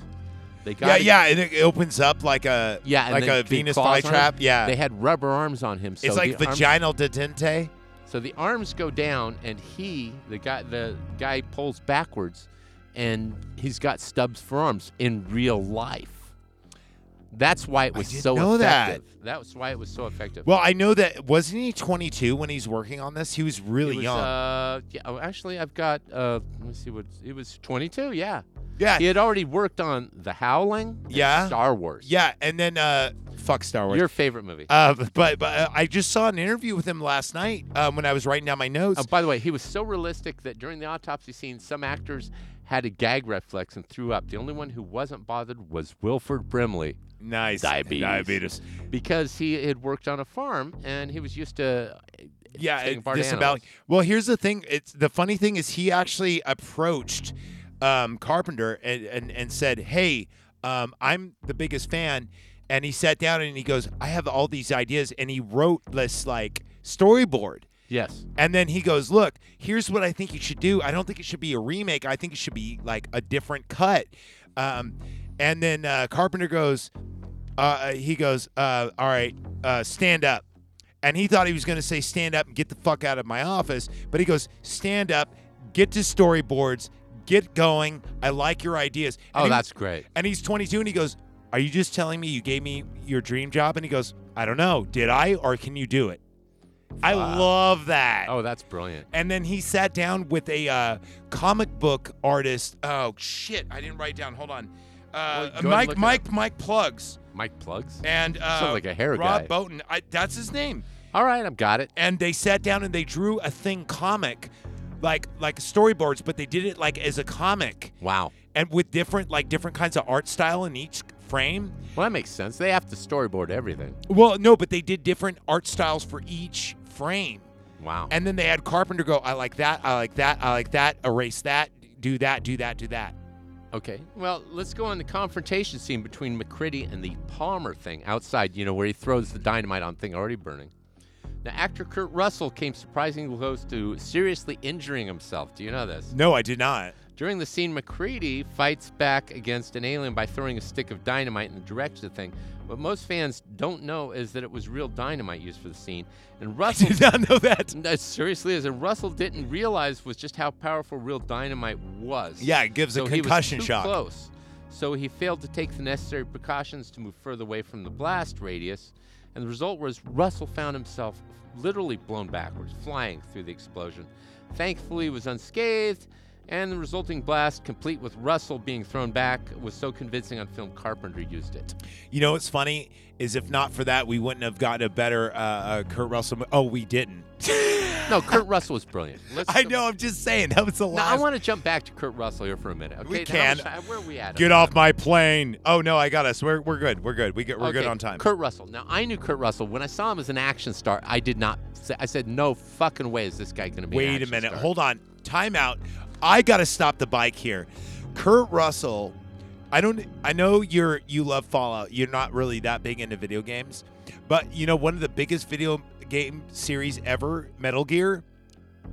They got
Yeah,
a-
yeah, and it opens up like a
yeah, and
like
then
a
big
Venus
claws on him.
flytrap. Yeah,
They had rubber arms on him. So
it's like
the arms-
vaginal detente.
So the arms go down, and he, the guy, the guy pulls backwards, and he's got stubs for arms in real life. That's why it was
didn't
so
know that.
effective. That. was why it was so effective.
Well, I know that wasn't he 22 when he's working on this? He was
He
really
was,
young.
Uh, yeah, oh, actually, I've got. Uh, let me see what it was. Twenty-two. Yeah,
yeah,
he had already worked on The Howling. and
Yeah.
Star Wars.
yeah, and then uh, fuck Star Wars.
your favorite movie.
Uh, but but uh, I just saw an interview with him last night um, when I was writing down my notes.
Uh, by the way, he was so realistic that during the autopsy scene, some actors had a gag reflex and threw up. The only one who wasn't bothered was Wilford Brimley
nice
Diabetes.
diabetes.
because he had worked on a farm and he was used to. uh,
Yeah,
taking
it-
apart
this
animals.
about. Well, here's the thing. It's the funny thing is he actually approached um, Carpenter and, and and said, "Hey, um, I'm the biggest fan." And he sat down and he goes, "I have all these ideas," and he wrote this like storyboard.
Yes.
And then he goes, "Look, here's what I think you should do. I don't think it should be a remake. I think it should be like a different cut." Um, and then uh, Carpenter goes, uh, "He goes, uh, all right, uh, stand up." And he thought he was going to say, "Stand up and get the fuck out of my office," but he goes, "Stand up, get to storyboards, get going. I like your ideas." And
Oh,
he-
that's great.
and he's 22 and he goes, "Are you just telling me you gave me your dream job?" And he goes, "I don't know. Did I or can you do it?" I
Wow.
love that.
Oh, that's brilliant.
And then he sat down with a uh, comic book artist. Oh shit! I didn't write down. Hold on.
Well,
Uh,
go ahead and look
Mike,
it
Mike, Mike plugs
Mike plugs.
and uh,
Sounds like a hair
Rob
guy.
Bowden. I, that's his name.
All right, I've got it.
And they sat down and they drew a thing comic, like like storyboards, but they did it like as a comic
Wow.
and with different like different kinds of art style in each frame.
Well, that makes sense. They have to storyboard everything.
Well, no, but they did different art styles for each frame.
Wow.
And then they had Carpenter go, I like that, I like that, I like that, erase that, do that, do that, do that.
Okay. Well, let's go on the confrontation scene between McCready and the Palmer thing outside, you know, where he throws the dynamite on thing already burning. Now, actor Kurt Russell came surprisingly close to seriously injuring himself. Do you know this?
No, I did not.
During the scene, McCready fights back against an alien by throwing a stick of dynamite in the direction of the thing. What most fans don't know is that it was real dynamite used for the scene. And Russell
Did not know that.
No, seriously is, and Russell didn't realize was just how powerful real dynamite was.
Yeah, it gives a
so he
concussion
was too
shock.
Close. So he failed to take the necessary precautions to move further away from the blast radius, and the result was Russell found himself literally blown backwards, flying through the explosion. Thankfully, he was unscathed, and the resulting blast, complete with Russell being thrown back, was so convincing on film Carpenter used it.
You know what's funny is if not for that, we wouldn't have gotten a better uh, uh, Kurt Russell. mo- Oh, we didn't.
No, Kurt Russell was brilliant. Let's
I know. I'm just saying that was the
Now, I
last.
want to jump back to Kurt Russell here for a minute. Okay,
We
How
can.
much- where are we at?
Get off my plane. Oh no, I got us. We're we're good. We're good. We get we're good
Okay,
on time.
Kurt Russell. Now I knew Kurt Russell when I saw him as an action star. I did not. Say, I said, "No fucking way is this guy going to be." an
Wait a
action
minute.
star."
Hold on. Time out. I got to stop the bike here. Kurt Russell, I don't I know you're you love Fallout. You're not really that big into video games, but you know one of the biggest video game series ever, Metal Gear,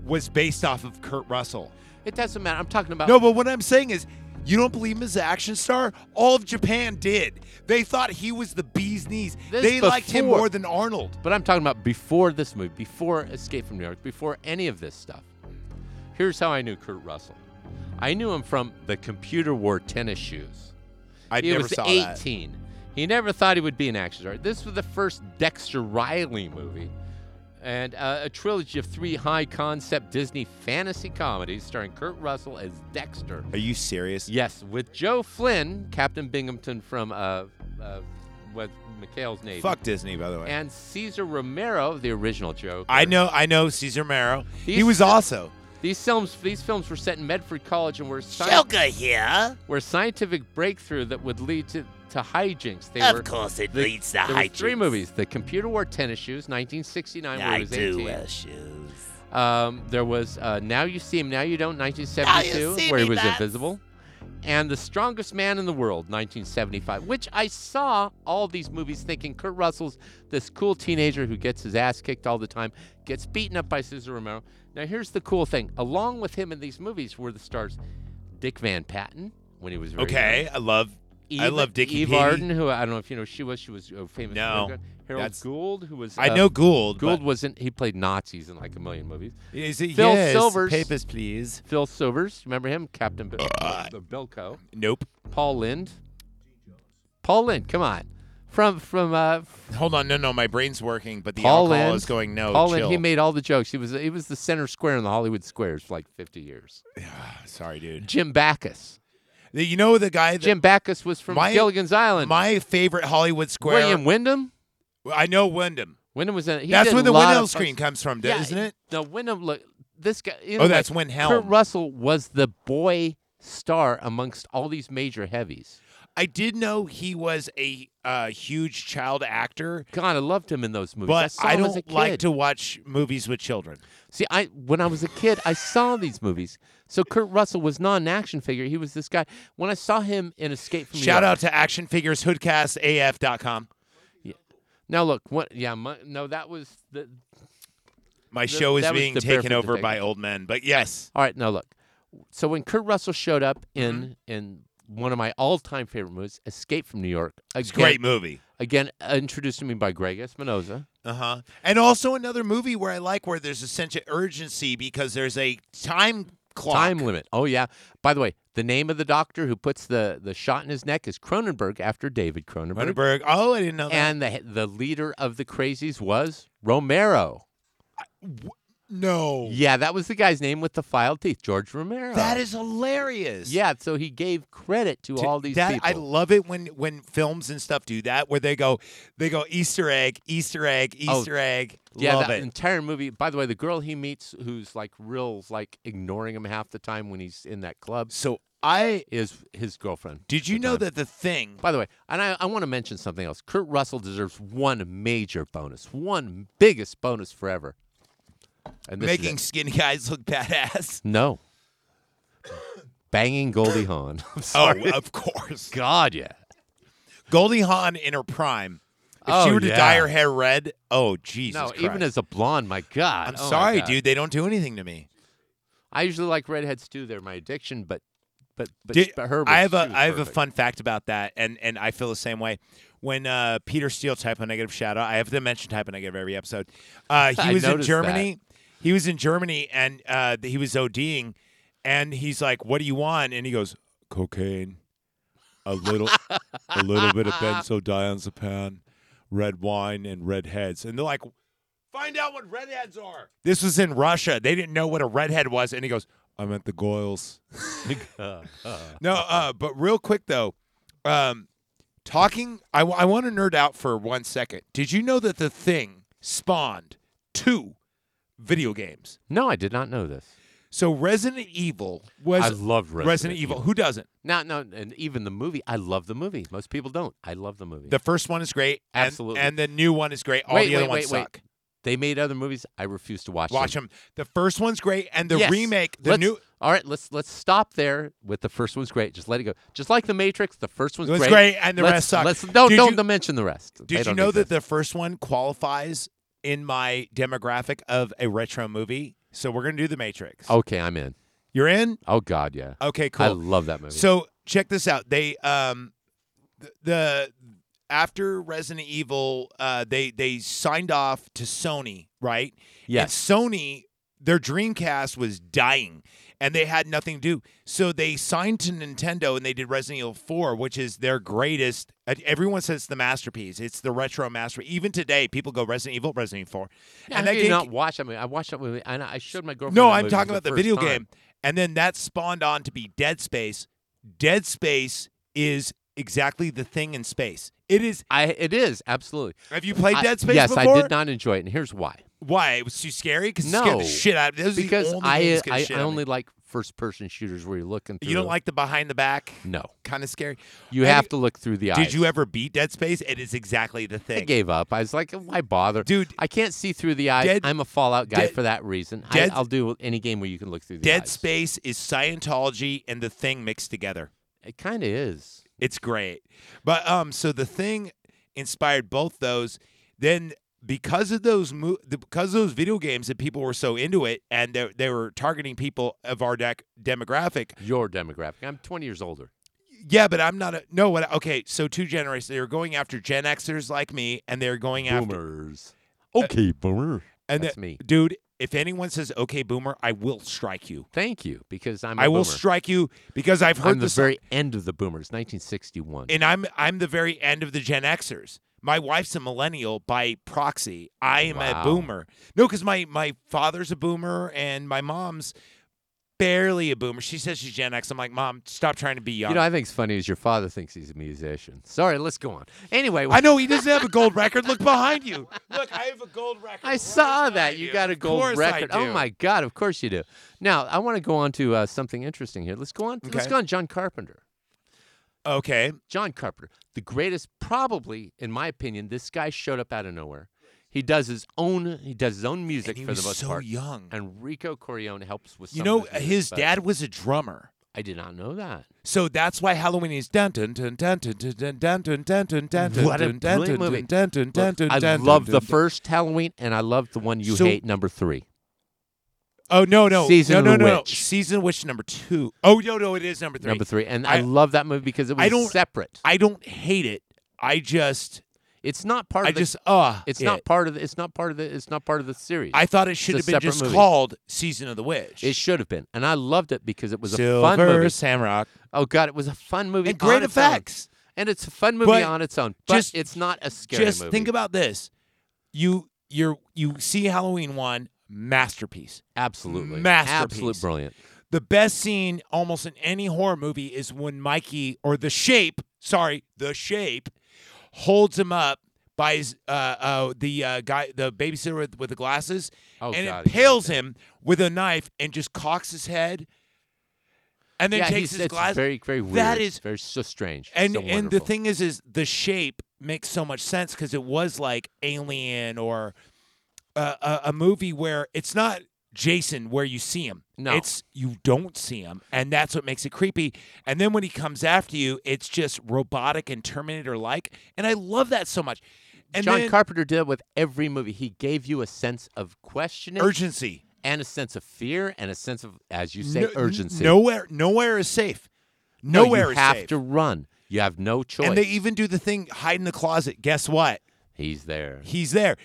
was based off of Kurt Russell.
It doesn't matter. I'm talking about.
No, but what I'm saying is you don't believe him as an action star? All of Japan did. They thought he was the bee's knees.
This
they liked him
before-
more than Arnold.
But I'm talking about before this movie, before Escape from New York, before any of this stuff. Here's how I knew Kurt Russell. I knew him from the computer wore tennis shoes.
I
he
never
was
saw that.
18. He never thought he would be an action star. This was the first Dexter Riley movie, and uh, a trilogy of three high-concept Disney fantasy comedies starring Kurt Russell as Dexter.
Are you serious?
Yes, with Joe Flynn, Captain Binghamton from uh, uh, what McHale's Navy,
Fuck Disney, by the way.
and Caesar Romero, the original Joe.
I know, I know Caesar Romero. He
He's-
was also
These films, these films were set in Medford College and were sci-
here.
were a scientific breakthrough that would lead to to hijinks. They were
Of course, it
the-
leads to
there were three
hijinks.
movies: The Computer Wore Tennis Shoes, 1969, where
I
he was
do
18.
wear shoes.
Um, there was uh, Now You See Him, Now You Don't,
Now You
1972,
See
where he
Me,
was
that's-
invisible, and The Strongest Man in the World, 1975, which I saw all these movies thinking Kurt Russell's this cool teenager who gets his ass kicked all the time, gets beaten up by Cesar Romero. Now, here's the cool thing along with him in these movies were the stars Dick Van Patten. When he was very
okay. I love.
young.
I
Eve-
love Dickie
E Eve
Petty.
Arden, who I don't know if you know, who she was she was uh, famous.
No,
for- Harold
that's-
Gould, who was
I
uh,
know Gould.
Gould
but-
wasn't. He played Nazis in like a million movies.
Is it
Phil
yes,
Silvers.
Papers, please.
Phil Silvers, remember him? Captain Bill, the Bilko.
Nope.
Paul Lind. Paul Lind, come on. from from uh,
Hold on, no, no, my brain's working, but the
Paul
alcohol
Lynde-
is going no.
Paul
Oh, chill.
Lynde, he made all the jokes. He was he was the center square in the Hollywood squares for like 50 years.
Ah, Sorry, dude.
Jim Backus.
You know the guy that
Jim Backus was from
My-
Gilligan's Island.
my favorite Hollywood Square.
William Wyndham.
I know Wyndham.
Wyndham was in. He
That's
did
where
a
the
lot
Wyndham
of
screen
parts-
comes from,
Yeah,
isn't it?
No, Wyndham. Look, this guy. you know,
Oh,
like,
that's Wyndham.
Kurt Russell was the boy star amongst all these major heavies.
I did know he was a uh, huge child actor,
God, I loved him in those movies. I,
but
saw
I
him as a
don't like
kid.
to watch movies with children.
See, I when I was a kid, I saw these movies. So Kurt Russell was not an action figure. He was this guy. When I saw him in Escape from New
Shout
York-
out to Action Figures actionfigureshoodcastaf.com.
Now look, what? Yeah, my, no, that was the.
My
Th-
show is
that was
being
the
taken
Barefoot
over by
Detective.
old men, but yes.
All right, now look. So when Kurt Russell showed up
Mm-hmm.
in in one of my all time favorite movies, Escape from New York,
It's a
again,
great movie.
again introduced to me by Greg Espinoza.
Uh huh. And also another movie where I like where there's a sense of urgency because there's a time clock.
Time limit. Oh yeah. By the way, the name of the doctor who puts the the shot in his neck is Cronenberg after David Cronenberg.
Cronenberg. Oh, I didn't know that.
And the the leader of the crazies was Romero.
no.
Yeah, that was the guy's name with the filed teeth, George Romero.
Oh. That is hilarious.
Yeah, so he gave credit to,
To-
all these
that,
people.
I love it when when films and stuff do that, where they go, they go Easter egg, Easter egg,
Oh,
Easter egg.
Yeah,
love
that
it.
entire movie. By the way, the girl he meets, who's like real, like ignoring him half the time when he's in that club,
So I
is his girlfriend.
did you know that the thing?
By the way, and I, I want to mention something else. Kurt Russell deserves one major bonus, one biggest bonus forever. And this is
Making
it.
skinny guys look badass.
no banging Goldie Hawn. I'm
Oh,
sorry.
of course.
God, yeah.
Goldie Hawn in her prime. If she
Oh,
were to dye
yeah.
her hair red, oh Jesus!
no, even
Christ.
as a blonde, my God.
I'm
oh my
sorry,
God.
dude. They don't do anything to me.
I usually like redheads too. They're my addiction, but but but,
Did-
but her. Was,
I have
she
a
was
I have a
perfect.
fun fact about that, and and I feel the same way. When uh, Peter Steele type of negative shadow, I have to mention type of negative every episode. Uh, he
I
was in
noticed
Germany. He was in Germany, and uh, th- he was ODing, and he's like, "What do you want?" And he goes, "Cocaine, a little, a little bit of benzodiazepine, red wine, and redheads." And they're like, "Find out what redheads are." This was in Russia. They didn't know what a redhead was, and he goes, "I'm at the Goyles." No, uh, but real quick though, um, talking. I, w- I want to nerd out for one second. Did you know that the thing spawned two video games?
No, I did not know this.
So Resident Evil was
I love Resident,
Evil. Who doesn't?
Now, no, and even the movie. I love the movie. Most people don't. I love the movie.
The first one is great. and-
Absolutely.
And, the new one is great. All
Wait,
the other
wait,
ones
wait, wait.
suck.
they made other movies. I refuse to watch.
Watch
them.
them. The first one's great, and the
Yes.
remake, the
Let's-
new.
All right, let's let's stop there with the first one's great. Just let it go. Just like the Matrix, the first one's
It was
great.
great, and the
let's,
rest suck.
Let's don't
Did
don't
you-
mention the rest.
Did you know that the first one qualifies in my demographic of a retro movie? So we're gonna do the Matrix.
Okay, I'm in.
You're in?
Oh God, yeah.
Okay, Uh, cool.
I love that movie.
So check this out. They um th- the after Resident Evil, uh they they signed off to Sony, right?
yes.
And Sony, their Dreamcast was dying and they had nothing to do. So they signed to Nintendo and they did Resident Evil 4, which is their greatest. uh, Everyone says it's the masterpiece. It's the retro masterpiece. Even today, people go Resident Evil, Resident Evil 4.
Yeah,
and
I
that
did
game
not watch that movie. I watched that movie, and I showed my girlfriend.
no,
that
I'm
movie
talking
for
about the
first
video
time.
game. And then that spawned on to be Dead Space. Dead Space is exactly the thing in space. It is.
I it is absolutely.
Have you played
I-
Dead Space
yes,
before?
I did not enjoy it, and here's why.
Why? It was too scary? Because it scared the
No.
shit out of me. Those are
Because
the only
I
games that scared
I,
shit
I
out of me.
only like first person shooters where you're looking through.
You don't like the behind the back?
No,
Kind of scary.
you
And
have
it-
to look through the eyes.
Did you ever beat Dead Space? It is exactly the
I
thing.
gave up. I was like, why bother,
Dude,
I can't see through the eyes.
Dead-
I'm a Fallout guy
Dead-
for that reason.
Dead-
I, I'll do any game where you can look through the
Dead
eyes.
Space is Scientology and the thing mixed together.
It kind of is.
It's great. But um, so the thing inspired both those. Then because of those mo- the- because of those video games that people were so into it, and they, they were targeting people of our dec- demographic.
Your demographic. I'm 20 years older.
Yeah, but I'm not a no. What? Okay, so two generations. They were going after Gen Xers like me, and they're going after
Boomers. Okay, boomer.
and
That's
the-
me.
dude. If anyone says "Okay, boomer," I will strike you.
Thank you, because I'm. a
I will
boomer.
strike you because I've heard
I'm the
this,
very end of the boomers, 1961.
and I'm I'm the very end of the Gen Xers. my wife's a millennial by proxy. I am
Wow.
a boomer. No, because my my father's a boomer and my mom's barely a boomer. She says she's Gen X. I'm like, mom, stop trying to be young.
You know, I think it's funny is your father thinks he's a musician. Sorry, let's go on. Anyway,
I know he doesn't have a gold record. Look behind you. Look, I have a gold record.
I
right
saw that
behind
you got a
Of
gold
course I
record. Oh
do.
my God! Of course you do. Now I want to go on to uh, something interesting here. Let's go on. Let's
Okay.
go on. John Carpenter.
Okay.
John Carpenter, the greatest, probably in my opinion. This guy showed up out of nowhere. He does his own. He does his own music
And he
for
was
the most
so
part.
young.
And Rico Corleone helps with.
You
some
know,
of his, music,
his
but
dad was a drummer.
I did not know that.
So that's why Halloween is dun dun dun dun dun dun dun dun dun dun dun dun dun
What a
dun dun
brilliant movie.
dun dun dun dun
Look,
dun
I
dun
love
dun
the
dun.
first Halloween, and I love the one you
So-
hate, number three.
Oh no no
Season
no
of
no
the
no no.
Witch.
season of witch number two. Oh no no it is number three.
Number three, and I,
I-
love that movie because it was
I don't-
separate.
I don't hate it. I just
it's not part
I
of the
just uh
It's
it.
not part of the. It's not part of the. It's not part of the series.
I thought it should
a
have been
separate
just
movie.
called Season of the Witch.
it should have been, and I loved it because it was
Silver
a fun movie.
Samrock
Oh God, it was a fun movie.
and
on
great
its own.
effects.
and it's a fun movie
But
on its own. But
just-
it's not a scary
Just
movie.
think about this. You you're you see Halloween one masterpiece.
absolutely absolute
masterpiece.
brilliant.
the best scene almost in any horror movie is when Mikey or the shape, sorry, the shape holds him up by his uh, uh the uh, guy the babysitter with, with the glasses
Oh,
and
God, he's
impales
like
him with a knife and just cocks his head and then
yeah, he's,
takes his
it's
glass
Very very weird.
That is-
very so strange.
and
so
and the
wonderful.
thing is is the shape makes so much sense because it was like alien or uh, a, a movie where it's not jason where you see him
No.
it's you don't see him and that's what makes it creepy and then when he comes after you it's just robotic and terminator like and i love that so much and
John
then
Carpenter did it with every movie. He gave you a sense of questioning
urgency
and a sense of fear and a sense of, as you say,
No-
urgency.
nowhere nowhere is safe
No,
nowhere
you
is
have
safe
to run. You have no choice.
and they even do the thing hide in the closet guess what
He's there.
He's there.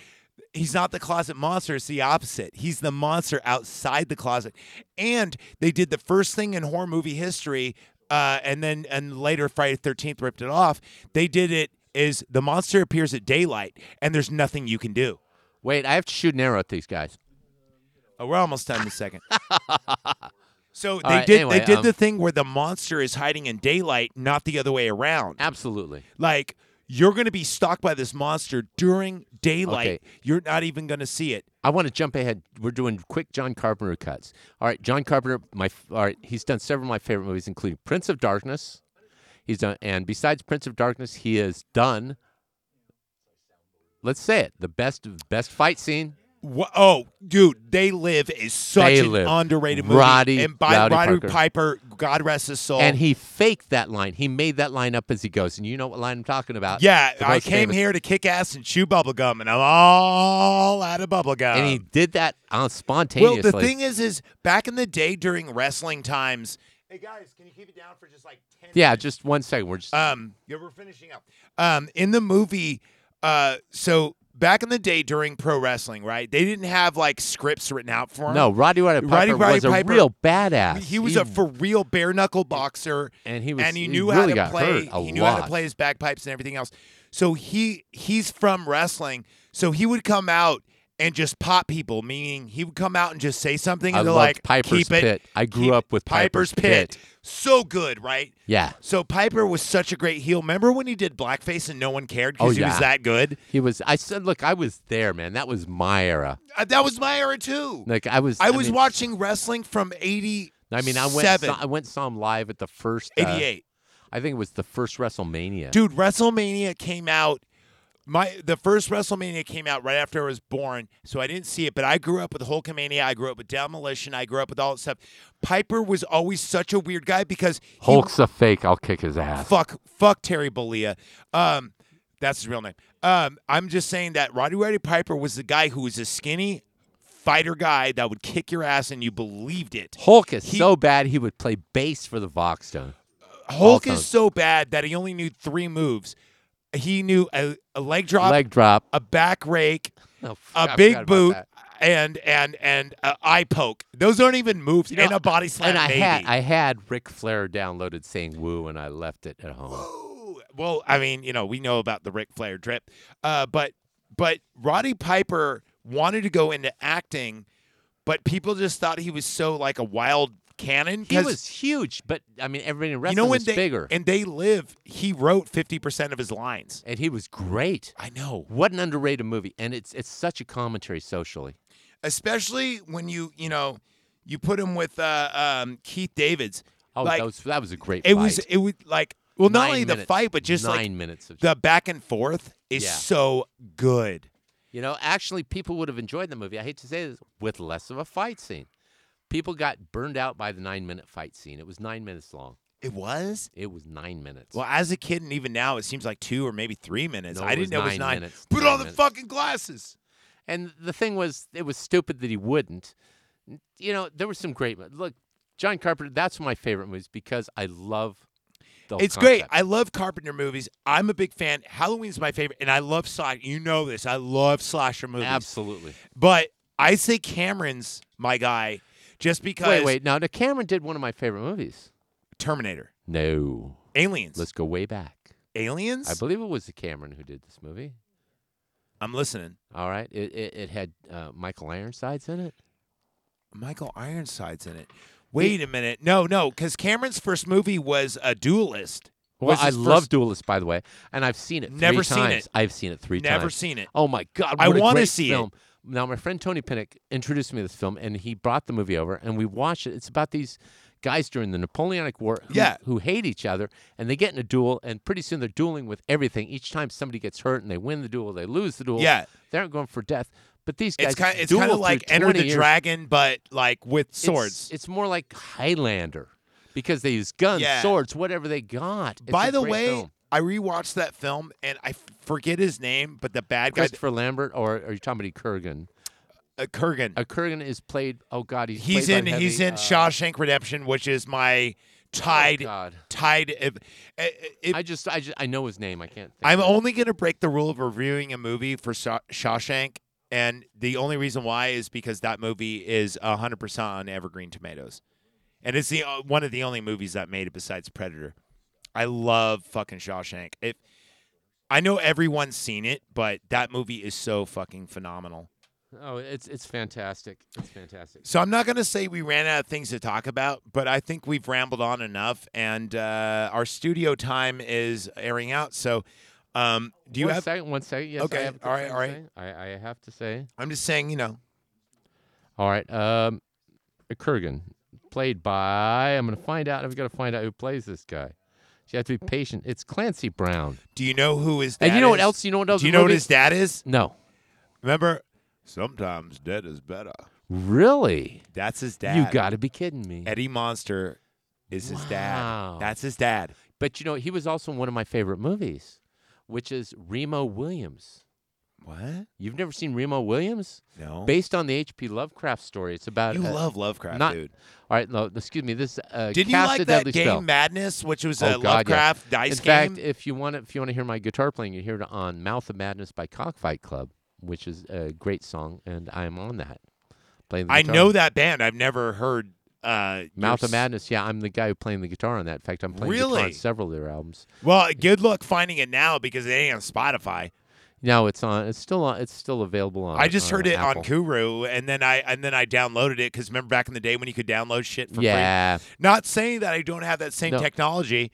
He's not the closet monster. It's the opposite. He's the monster outside the closet. And they did the first thing in horror movie history, uh, and then and later Friday Thirteenth ripped it off. They did it is the monster appears at daylight, and there's nothing you can do.
Wait, I have to shoot an arrow at these guys.
Oh, we're almost done in a second. so they
right,
did
anyway,
they did
um,
the thing where the monster is hiding in daylight, not the other way around.
Absolutely.
Like you're going to be stalked by this monster during daylight.
Okay.
You're not even going to see it.
I want to jump ahead. We're doing quick John Carpenter cuts. All right, John Carpenter. My f- all right. He's done several of my favorite movies, including Prince of Darkness. He's done, and besides Prince of Darkness, he has done. Let's say it: the best, best fight scene.
Wha- oh, dude, They Live is such
They
an
Live.
underrated movie.
Roddy-
and by
Rowdy
Roddy
Piper.
Piper. God rest his soul.
And he faked that line. He made that line up as he goes. And you know what line I'm talking about?
yeah,
The
I
most
came
famous-
here to kick ass and chew bubble gum, and I'm all out of bubble gum.
And he did that uh, spontaneously.
well, the thing is, is back in the day during wrestling times. Hey guys, can you keep it down for just like ten?
yeah. Just one second. We're just
Um, yeah, we're finishing up. Um, in the movie, uh, so back in the day during pro wrestling, right? They didn't have like scripts written out for them.
no. Roddy Roddy Piper
Roddy Roddy
was a
Piper-
real badass.
He was a for real bare knuckle boxer,
and he was
and he
he
knew
really
how
got
to play.
hurt a
He knew how to
lot.
play his bagpipes and everything else. So he he's from wrestling. So he would come out and just pop people, meaning he would come out and just say something,
I
and they're
loved
like,
Piper's
keep it,
Pit. I grew
keep-
up with Piper's
Piper's,
Pit.
So good, right?
Yeah.
So Piper was such a great heel. Remember when he did blackface and no one cared because
Oh,
he
yeah.
was that good?
He was. I said, look, I was there, man. That was my era.
Uh, that was my era too.
Like I was.
I was
mean,
watching wrestling from eighty.
I mean, I went. uh, Saw, I went and saw him live at the first. uh,
88.
I think it was the first WrestleMania.
dude wrestlemania came out my the first wrestlemania came out right after i was born so i didn't see it but i grew up with hulkamania i grew up with demolition i grew up with all that stuff piper was always such a weird guy because he-
Hulk's a fake. I'll kick his ass.
fuck fuck terry bollea um that's his real name um i'm just saying that roddy roddy piper was the guy who was a skinny fighter guy that would kick your ass and you believed it
Hulk is
He-
so bad he would play bass for the Voxstone.
hulk
Also-
is so bad that he only knew three moves he knew a, a leg drop
Leg drop.
a back rake
Oh,
a
fuck, I forgot
big
about
boot
that.
and and and a eye poke. Those aren't even moves.
know,
and a body slam.
And I
maybe.
had I had Ric Flair downloaded saying "woo" and I left it at home.
Ooh, well, I mean, you know, we know about the Ric Flair drip, uh, but but Roddy Piper wanted to go into acting, but people just thought he was so like a wild cannon.
He
'cause
was huge, but I mean, everybody in
you
wrestling
know when
was
they
bigger,
and they live. He wrote fifty percent of his lines.
and he was great.
I know,
What an underrated movie, and it's it's such a commentary socially.
especially when you you know you put him with uh, um, Keith Davids.
Oh,
Like,
that was that was a great.
It was
fight.
it was like well, not
Nine
only the
minutes-
fight, but just
nine
like
minutes of
the back and forth is
Yeah.
so good.
You know, actually, people would have enjoyed the movie. I hate to say this, with less of a fight scene. People got burned out by the nine minute fight scene. It was nine minutes long.
It was.
It was nine minutes.
Well, as a kid and even now, it seems like two or maybe three minutes.
No,
I
it
didn't
was
know it was
nine
nine.
minutes,
Put
nine
on the
minutes.
fucking glasses.
And the thing was, it was stupid that he wouldn't. N- You know, there were some great mo- look. John Carpenter. That's one of my favorite movies because I love. The whole
it's great.
concept.
I love Carpenter movies. I'm a big fan. Halloween's my favorite, and I love slasher. You know this. I love slasher movies.
absolutely.
But I say Cameron's my guy, just because.
Wait, wait. Now, now Cameron did one of my favorite movies.
Terminator,
No,
Aliens,
let's go way back.
Aliens.
I believe it was the Cameron who did this movie.
I'm listening.
All right, it it, it had uh, Michael Ironsides in it.
Michael Ironside's in it. Wait a minute. No, no, because Cameron's first movie was a duelist.
Well,
Was
I
his
love
first-
Duelist, by the way, and I've seen it. Three
Never seen
times.
it.
I've seen it three times.
Never seen it.
Oh my God!
I
what a
wanna
great
see it.
film. Now, my friend Tony Pinnock introduced me to this film, and he brought the movie over, and we watched it. It's about these guys during the Napoleonic War who,
Yeah.
who hate each other, and they get in a duel, and pretty soon they're dueling with everything. Each time somebody gets hurt, and they win the duel, they lose the duel.
Yeah.
they aren't going for death. But these guys,
It's kind. It's
duel
kind of
through
like Enter
20
the
years.
Dragon, but like with
It's-
swords.
It's, more like Highlander because they use guns,
Yeah.
swords, whatever they got. It's
By
a
the
great
way,
film.
I rewatched that film and I f- forget his name, but the bad guy,
Christopher Lambert, or are you talking about Kurgan?
uh, Kurgan.
Uh, Kurgan is played. Oh God, he's
he's
played
in
by heavy,
he's in
uh,
Shawshank Redemption, which is my
Oh
tied
God,
tied. If, uh, if,
I just I just I know his name. I can't. Think
I'm
of it.
only gonna break the rule of reviewing a movie for Shaw- Shawshank, and the only reason why is because that movie is 100 percent on Evergreen Tomatoes, and it's the uh, one of the only movies that made it besides Predator. I love fucking Shawshank. If I know everyone's seen it, but that movie is so fucking phenomenal.
Oh, it's it's fantastic. It's fantastic.
So I'm not gonna say we ran out of things to talk about, but I think we've rambled on enough, and uh, our studio time is airing out. So, um, do you
one
have?
second? One second. Yes. I
Okay,
have a good
all right,
thing to
all right.
say. I, I have to say.
I'm just saying, you know.
All right. Um, Kurgan, played by. I'm gonna find out. I've got to find out who plays this guy. So you have to be patient. It's Clancy Brown.
Do you know who his dad
And you know what
is?
else? You know what else?
Do you
the
know what
movie-
his dad is?
No.
Remember? Sometimes dead is better.
Really?
That's his dad.
You got to be kidding me.
Eddie Monster is his
Wow.
dad. That's his dad.
But you know, he was also in one of my favorite movies, which is Remo Williams.
What?
You've never seen Remo Williams?
No.
Based on the H.P. Lovecraft story. It's about
Oh. you
a-
love Lovecraft,
uh, not-
dude.
All right, no, excuse me. This uh,
Didn't you
cast
like
a
that
deadly
game
spell.
Madness, which was a
Oh, God, yeah.
Lovecraft dice
in fact,
game?
if you want to, if you want to hear my guitar playing, you hear it on "Mouth of Madness" by Cockfight Club, which is a great song, and I'm on that. Playing the
I
guitar.
know that band. I've never heard. Uh,
Mouth
your
of
s-
Madness. Yeah, I'm the guy who playing the guitar on that. In fact, I'm playing guitar on
Really?
several of their albums.
Well, good luck finding it now because it ain't on Spotify.
No, it's on. It's still on. It's still available on.
I just
on
heard it
Oh, uh, Apple.
on Kuru, and then I and then I downloaded it because remember back in the day when you could download shit for free?
Yeah.
Not saying that I don't have that same
No. technology.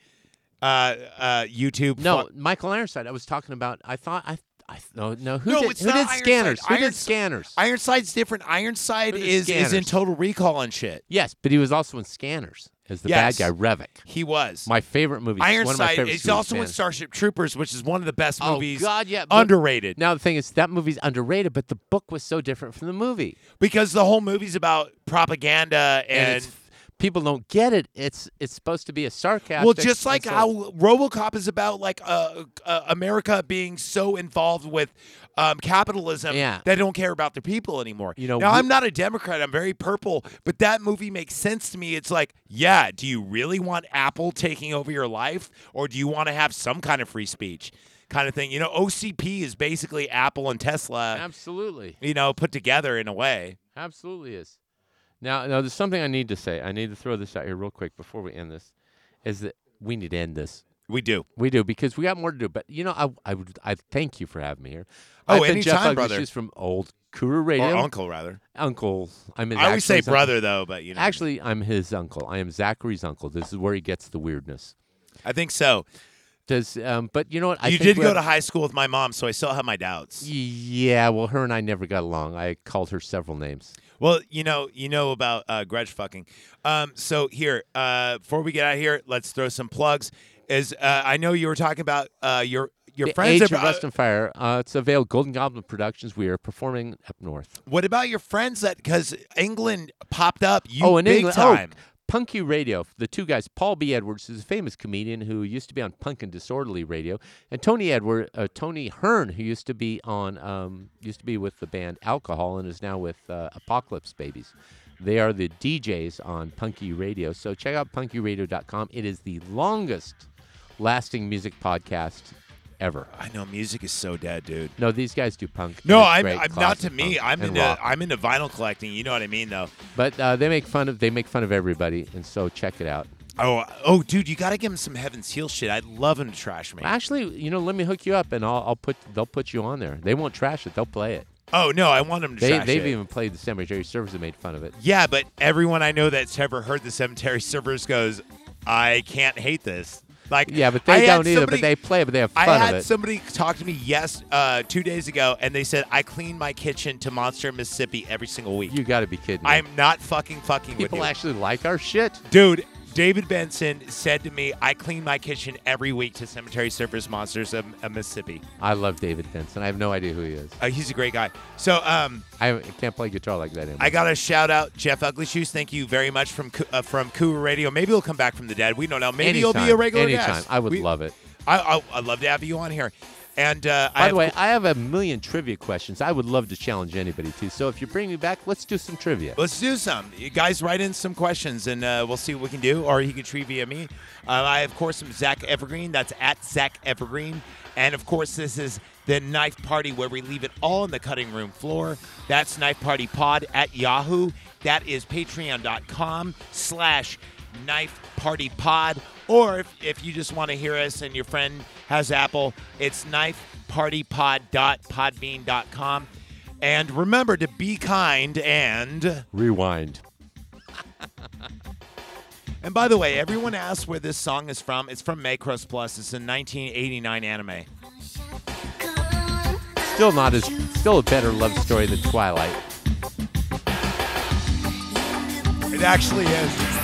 technology. uh, YouTube.
No, Michael Ironside. I was talking about. I thought I. I no no. Who
No,
did,
it's
who
not
did
Ironside.
scanners? Who did
Irons-
scanners?
Ironside's different. Ironside
Who did
is is in
Scanners?
Total Recall and shit.
yes, but he was also in Scanners as the
Yes.
bad guy Revic.
He was.
My favorite movie. It's One of my
Ironside
favorite
is also in
Star
Starship Troopers, which is one of the best
Oh
movies.
God, yeah. but-
underrated
now the thing is that movie's underrated, but the book was so different from the movie,
because the whole movie's about propaganda and.
it's, people don't get it. It's it's supposed to be a sarcastic.
well, just like
and so-
how RoboCop is about like uh, uh, America being so involved with um, capitalism
Yeah.
they don't care about their people anymore.
You know,
now
we-
I'm not a Democrat. I'm very purple, but that movie makes sense to me. It's like, yeah, do you really want Apple taking over your life, or do you want to have some kind of free speech, kind of thing? You know, OCP is basically Apple and Tesla,
absolutely.
you know, put together in a way.
Absolutely is. Now, now there's something I need to say. I need to throw this out here real quick before we end this. Is that we need to end this.
We do.
We do because we got more to do. But you know, I I would I thank you for having me here.
Oh,
I've been Jeff
anytime,
Ugly
brother.
Shoes from old Kuru
Or
Radio.
uncle, rather.
uncle. I'm his
I always
actually
say
his uncle.
brother, though, but you know.
Actually, I'm his uncle. I am Zachary's uncle. This is where he gets the weirdness.
I think so.
Does um, but you know what? I
you
think
did
we
go
have-
to high school with my mom, so I still have my doubts.
Yeah, well, her and I never got along. I called her several names.
Well, you know, you know about uh, grudge fucking. Um, so here, uh, before we get out of here, let's throw some plugs. Is uh, I know you were talking about uh, your your
The
friends.
Age
that-
of
uh,
Rust and Fire. Uh, it's available Golden Goblin Productions. We are performing up north.
what about your friends that because England popped up? You
oh, in
big
England, oh,
time.
Punky Radio. The two guys, Paul B. Edwards, who's a famous comedian who used to be on Punk and Disorderly Radio, and Tony Edward, uh, Tony Hearn, who used to be on, um, used to be with the band Alcohol and is now with uh, Apocalypse Babies. They are the DJs on Punky Radio. So check out punkyradio.com. It is the longest lasting music podcast ever.
I know music is so dead, dude.
No, these guys do punk.
No,
and it's
I'm,
great,
I'm not
classic
to me.
punk
I'm
and
into
rock.
I'm into vinyl collecting. You know what I mean, though.
But uh, they make fun of they make fun of everybody, and so check it out.
Oh, oh, dude, you got to give him some Heaven's Heel shit. I'd love him to trash me.
Actually, you know, let me hook you up, and I'll, I'll put they'll put you on there. They won't trash it; they'll play it.
Oh no, I want him to
They
trash
they've
it.
even played the cemetery service and made fun of it.
Yeah, but everyone I know that's ever heard the Cemetery Servers goes, I can't hate this. Like,
Yeah, but
I
they
had
don't either.
somebody-
But they play it, but they have
I
fun of
had
it.
somebody talk to me yes uh, two days ago, and they said I clean my kitchen to Monster, Mississippi every single week.
you got to be kidding me!
I'm not fucking fucking
People
with you,
actually like our shit.
dude. David Benson said to me, "I clean my kitchen every week to Cemetery Surfers Monsters of, of Mississippi."
I love David Benson. I have no idea who he is.
Uh, he's a great guy. So, um,
I I can't play guitar like that anymore.
I got to shout out Jeff Ugly Shoes. Thank you very much from Coo- uh, from Cougar Radio. Maybe he'll come back from the dead. We don't know. Maybe
anytime,
he'll be a regular
anytime.
guest.
I would
We-
love it.
I, I I'd love to have you on here. And uh, I
By
have,
the way, I have a million trivia questions. I would love to challenge anybody to. So if you bring me back, let's do some trivia.
let's do some. You guys, write in some questions, and uh, we'll see what we can do. Or you can trivia me. Uh, I of course am Zach Evergreen. That's at Zach Evergreen. And of course, this is the Knife Party where we leave it all on the cutting room floor. That's Knife Party Pod at Yahoo. That is Patreon.com slash Knife Party Pod. Or if, if you just want to hear us and your friend has Apple, it's knifepartypod.podbean.com. And remember to be kind and.
Rewind.
And by the way, everyone asks where this song is from. It's from Macross Plus. It's a 1989 anime.
Still not as still a better love story than Twilight.
It actually is.